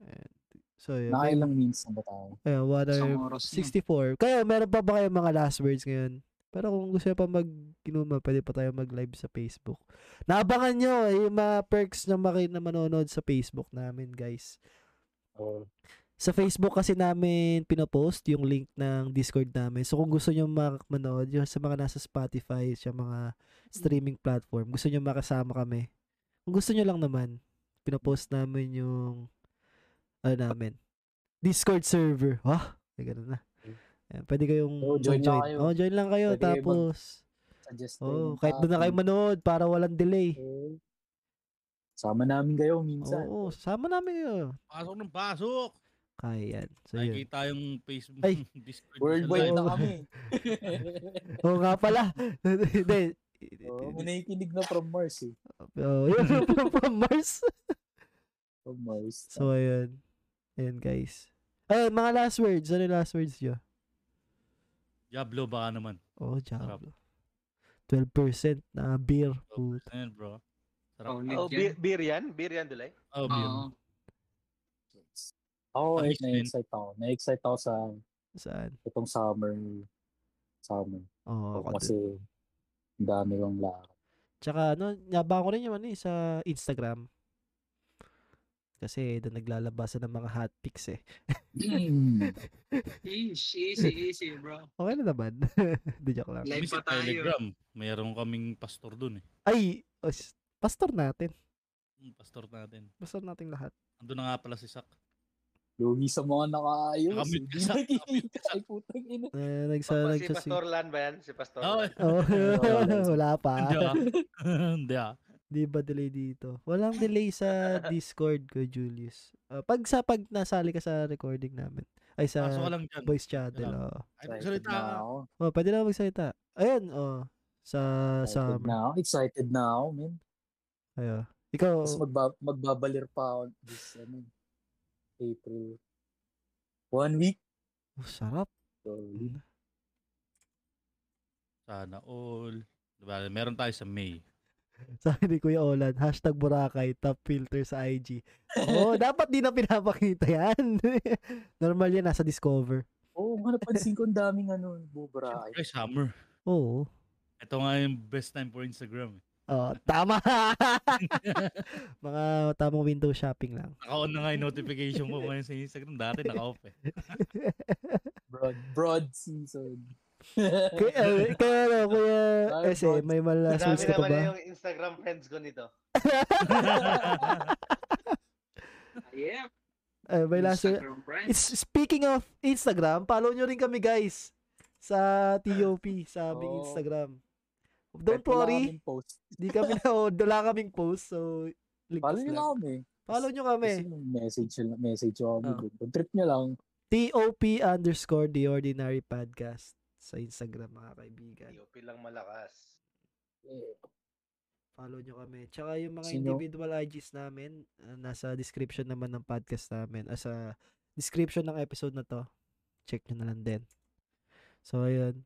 S1: And, so, yun.
S3: nakailang means na ba tayo?
S1: Ayan, one hour
S4: Isang
S1: and
S4: oras na.
S1: 64. Kaya meron pa ba kayong mga last words ngayon? Pero kung gusto nyo pa mag kinuma, pwede pa tayo mag-live sa Facebook. Naabangan nyo eh, yung mga perks na, maki- na manonood sa Facebook namin, guys.
S3: Oh,
S1: Sa Facebook kasi namin pinopost yung link ng Discord namin. So kung gusto nyo mak- manood yung sa mga nasa Spotify, sa mga streaming platform, gusto nyo makasama kami. Kung gusto nyo lang naman, pinopost namin yung ano namin, Discord server. Wah, may ganun na. Ayan, pwede kayong
S3: Oh, join lang kayo.
S1: Oh, join lang kayo.
S3: Pwede kayo mag-
S1: tapos,
S3: suggest
S1: oh, kahit doon na kayo manood para walang delay.
S3: Okay. Sama namin kayo minsan.
S1: Oo, sama namin kayo.
S2: Pasok ng pasok.
S1: Kaya yan. So, yun.
S2: Nakikita yung Facebook,
S1: Ay.
S2: Discord.
S3: Worldwide
S1: Oo.
S3: na kami.
S1: Oo nga pala. Hindi.
S3: oh, may nakikinig na from Mars eh.
S1: Oh, yun. From Mars.
S3: From Mars.
S1: So, ayun. Ayun, guys. Ayun, mga last words. Ano yung last words nyo?
S2: Diablo baka naman.
S1: Oh, Diablo. 12% na beer. Put.
S2: Ayan Ano bro.
S8: Oh,
S4: Oh, yan.
S8: beer, beer yan? Beer yan, Dulay?
S2: Oh, beer.
S4: Oo.
S3: Oo, oh,
S1: Ano
S2: Ang
S3: eh,
S2: mix din.
S3: na-excite ako. Na-excite ako sa
S1: Saan?
S3: itong summer. Summer.
S1: Oh, ako
S3: kasi
S1: din.
S3: ang dami kong lakad.
S1: Tsaka, ano, nabang ko rin yung ano, eh, sa Instagram. Kasi doon naglalabasan ng mga hot pics eh.
S4: Easy, easy, easy, bro.
S1: Okay na naman. Di joke lang.
S4: Live
S2: Kami
S4: pa
S2: sa
S4: tayo.
S2: Telegram, mayroon kaming pastor dun eh.
S1: Ay! oh, s- pastor natin.
S2: Yung pastor natin.
S1: Pastor nating lahat.
S2: Ando na nga pala si Sak.
S3: Lugi sa mga nakaayos. eh.
S2: Nakamute
S3: Hindi
S2: ka sa-
S3: nakikita. Ay, putang ina.
S1: Uh,
S8: Pa-
S1: nagsalag
S8: si
S1: siya si...
S8: Pastor Lan ba yan? Si Pastor
S2: Oh,
S8: Lan.
S1: Oh, wala pa.
S2: hindi ah. Hindi ah.
S1: Di ba delay dito? Walang delay sa Discord ko, Julius. Ah, pag sa pag nasali ka sa recording namin. Ay sa
S2: Pasok ka lang dyan.
S1: voice channel.
S2: Wala.
S1: Oh.
S2: Ay, magsalita
S3: na
S2: ka.
S3: ako.
S1: oh, pwede na magsalita. Ayun, oh. Sa sa
S3: Excited na ako. Excited na ako, man.
S1: ayo. Ikaw
S3: Tapos magba- magbabalir pa ako this, ano, April. One week.
S1: oh, sarap.
S3: So,
S2: Sana all. Diba, meron tayo sa May.
S1: Sabi ni Kuya Olan, hashtag Boracay, top filter sa IG. Oh, dapat di na pinapakita yan. Normal yan, nasa Discover.
S3: Oo, oh, nga napansin ko ang daming ano, bubra.
S2: Siyempre, summer.
S1: Oo.
S2: Ito nga yung best time for Instagram. eh.
S1: Oh, tama. Mga tamang window shopping lang.
S2: Naka-on na nga yung notification ko ngayon sa Instagram. Dati naka-off eh.
S3: Broad, broad season.
S1: Kaya, eh, kaya ano, kuya,
S3: Ay,
S1: ese,
S3: bro.
S1: may malas
S8: Dami
S1: words ka pa
S8: naman
S1: ba?
S8: na yung Instagram friends ko nito.
S4: Yeah.
S1: Eh, may last word-
S4: Instagram friends.
S1: It's, speaking of Instagram, follow nyo rin kami guys sa TOP, sa aming
S3: Oo.
S1: Instagram. Don't
S3: Kahit wala
S1: worry,
S3: kaming Post.
S1: di kami na, oh, wala kaming post,
S3: Follow
S1: so ligtas
S3: nyo lang
S1: lang.
S3: kami.
S1: Follow nyo
S3: Kasi
S1: kami.
S3: message, nyo- message nyo kami.
S1: Oh.
S3: dun. Kung trip nyo lang,
S1: TOP underscore The Ordinary Podcast sa Instagram mga kaibigan.
S8: Hindi, okay lang malakas.
S3: eh,
S1: Follow nyo kami. Tsaka yung mga
S3: Sino?
S1: individual IGs namin, uh, nasa description naman ng podcast namin. As sa description ng episode na to, check nyo na lang din. So, ayun.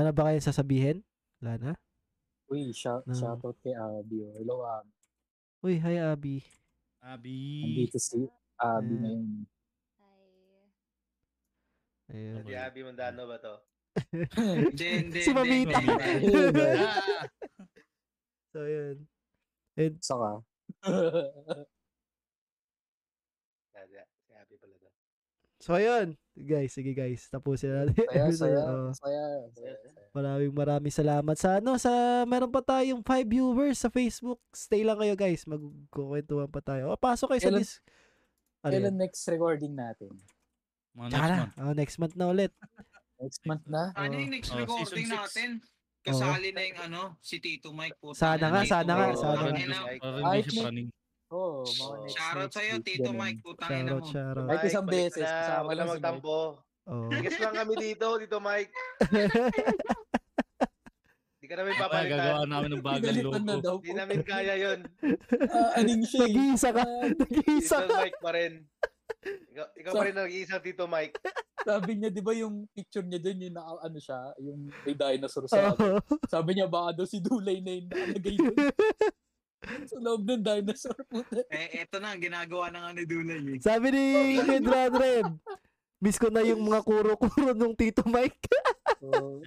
S1: Ano ba kayo sasabihin? Wala na?
S3: uy, shout,
S1: No.
S3: shoutout kay Abby. oh. Hello, Abby.
S1: Uy, hi Abby.
S2: Abi.
S3: Nandito si Abby
S1: Yeah.
S3: ngayon.
S1: Ayun.
S8: Hindi, Abby Mondano ba to?
S4: Hindi, hindi,
S1: Si
S4: hindi,
S1: Mamita.
S4: hindi, hindi.
S2: Ah,
S1: so, ayun.
S3: Saka.
S8: Ah, Si si Abby pala to.
S1: So, ayun. Guys, sige guys. Tapusin na natin.
S3: saya,
S1: episode. Oh.
S3: saya,
S1: Oo.
S3: saya, saya.
S1: Maraming maraming salamat sa ano sa meron pa tayong 5 viewers sa Facebook. Stay lang kayo guys, magkukwentuhan pa tayo. O pasok kayo sa
S3: Kailan-
S1: dis- Ano yun?
S3: Kailan next recording natin?
S2: Mga
S1: Tsaka
S2: next
S1: na.
S2: month.
S1: Oh, next month na ulit.
S3: Next month na?
S4: Ano yung next
S2: Oh,
S4: recording
S2: season six.
S4: natin? Kasali na yung ano, si Tito Mike po.
S1: Oh. Sana nga, sana nga,
S8: Oo,
S1: sana
S8: parang
S1: Ah, nga.
S8: hindi-
S2: Parang
S3: Ay,
S2: hindi siya
S3: may-
S2: running.
S3: Oo, mga
S8: Oh.
S3: next
S4: Shoutout
S3: next
S4: sa'yo,
S3: week,
S4: Tito
S3: ganun.
S4: Mike po. na
S1: Shoutout,
S4: mo.
S1: shoutout.
S3: Kahit
S8: Mike,
S3: isang
S8: balik
S3: beses,
S8: na,
S3: kasama
S8: Huwag
S3: lang
S8: na
S3: si
S8: magtampo.
S1: Oh.
S8: Guess lang kami dito, dito Mike. Hindi ka namin
S2: Kaya
S8: papalitan.
S2: gagawa namin ng bagong
S3: Pinalitan na
S2: logo.
S3: daw
S8: Hindi
S3: po.
S8: namin kaya yun.
S3: Ah, aning siya eh.
S1: Nag-iisa ka.
S3: Ah,
S1: Nag-iisa
S8: Tito
S1: ka.
S8: Mike pa rin. Ikaw, ikaw pa rin nag-iisa, Tito Mike.
S3: sabi niya, di ba yung picture niya doon, yung naka, ano siya, yung may dinosaur sa
S1: Oo.
S3: Sabi niya, baka daw si Dulay na yung nakalagay doon. sa loob ng dinosaur po.
S4: Eh, eto na, ang ginagawa na nga ni Dunay eh.
S1: Sabi ni Kedran Reb, miss ko na yung mga kuro-kuro nung Tito Mike.
S3: So,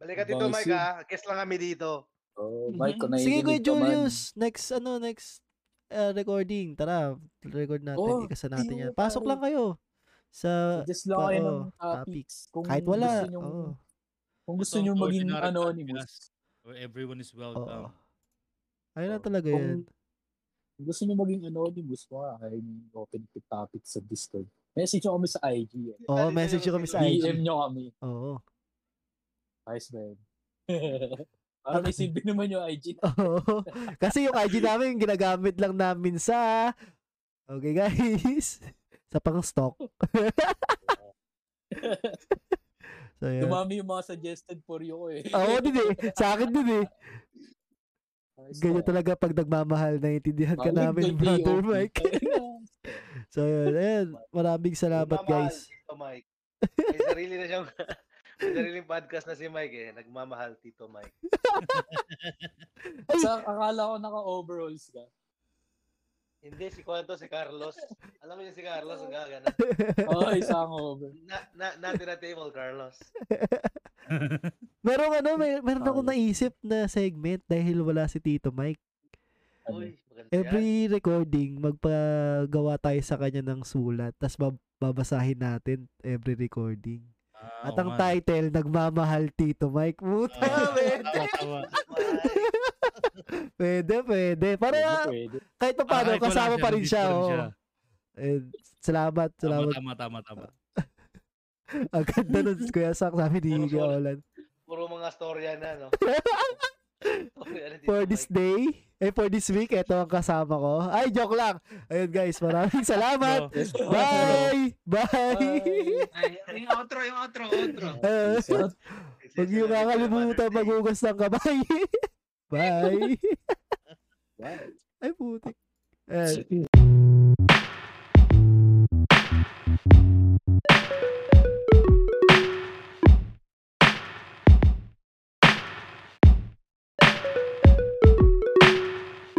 S8: Balik ka, Tito
S3: Bangis
S8: Mike,
S1: eh.
S3: yun.
S8: ha? Guess lang kami dito.
S3: oh, Mike, kung
S1: Mm-hmm. Sige, Kuya
S3: nakikinig ka man,
S1: Julius. Next, ano, next uh, recording. Tara, record natin.
S3: Oh,
S1: Ikasa natin
S3: tingnan
S1: yan.
S3: mo,
S1: Pasok
S3: pare.
S1: lang kayo sa
S3: Just lang kayo ng
S1: Oo,
S3: topics. Kung
S1: kahit wala.
S3: Gusto nyo,
S1: Oo.
S3: Kung gusto
S2: Ito ang
S3: nyo maging
S2: ordinary
S3: anonymous,
S2: podcast Where everyone is
S1: Oo.
S2: welcome.
S1: Ayun na
S2: Oo.
S1: talaga
S3: Oh, Kung-
S1: yan.
S3: kung gusto nyo maging anonymous, mga kayo yung open to topics sa Discord. Message nyo kami sa IG. Eh.
S1: Oo, message nyo kami sa IG.
S3: DM nyo kami.
S1: Oo.
S3: Ayos ba yun? Para may silbi naman yung IG.
S1: Oo. Kasi yung IG namin, ginagamit lang namin sa... Okay, guys. sa pang-stock. so, yun.
S3: Dumami yung mga suggested for you ko eh.
S1: Oo, din eh. Sa akin din eh.
S3: Ayos
S1: Ganyan
S3: ba?
S1: talaga pag nagmamahal, naiintindihan ka
S3: Ayos ba,
S1: namin, brother
S3: DOP?
S1: Mike. So, yun. Ayun. Maraming salamat,
S8: Nagmamahal,
S1: guys.
S8: Tito Mike. May sarili na siyang... May sariling podcast na si Mike eh. Nagmamahal, Tito Mike.
S3: Sa akala ko naka-overalls ka.
S8: Hindi, si Cuanto, si Carlos. Alam mo yun si Carlos, ang gaga na.
S3: Oo, isang over.
S8: Na, na, natin na table, Carlos.
S1: Meron ano, may, meron akong
S3: Ayos.
S1: naisip na segment dahil wala si Tito Mike.
S3: Ano?
S8: Uy, maganda yan.
S1: Every recording, magpagawa tayo sa kanya ng sulat, tapos bab- babasahin natin every recording. At
S2: Ah, oo
S1: ang
S2: nga.
S1: title, Nagmamahal Tito Mike. Puta,
S2: Ah,
S1: pwede,
S2: tawa, tawa.
S8: Mike.
S1: pwede, pwede.
S3: Hindi
S1: Para
S3: pwede.
S1: kahit pa paano,
S2: Ah, Kahit wala
S1: kasama
S2: siya,
S1: pa rin
S2: nandito
S1: siya.
S2: pa rin
S1: oo.
S2: siya.
S1: And salamat,
S2: Tama,
S1: salamat.
S2: tama, tama, tama.
S1: Ang ganda nun, Kuya Sak, sabi ni
S8: Puro
S1: Kuya
S8: sulat.
S1: Olan.
S8: Puro mga storya na, no? Storya ni Tito
S1: For this
S8: Mike.
S1: day, eh for this week, eto ang kasama ko. Ay, joke lang. Ayun guys, maraming salamat.
S3: Yes,
S1: Bye! Bye!
S4: Ay, yung outro, yung outro, outro.
S1: Eh,
S3: Bye.
S1: Huwag niyo kakalimutan maghugas ng kamay. Bye!
S3: Bye.
S1: Ay, putik. Eh,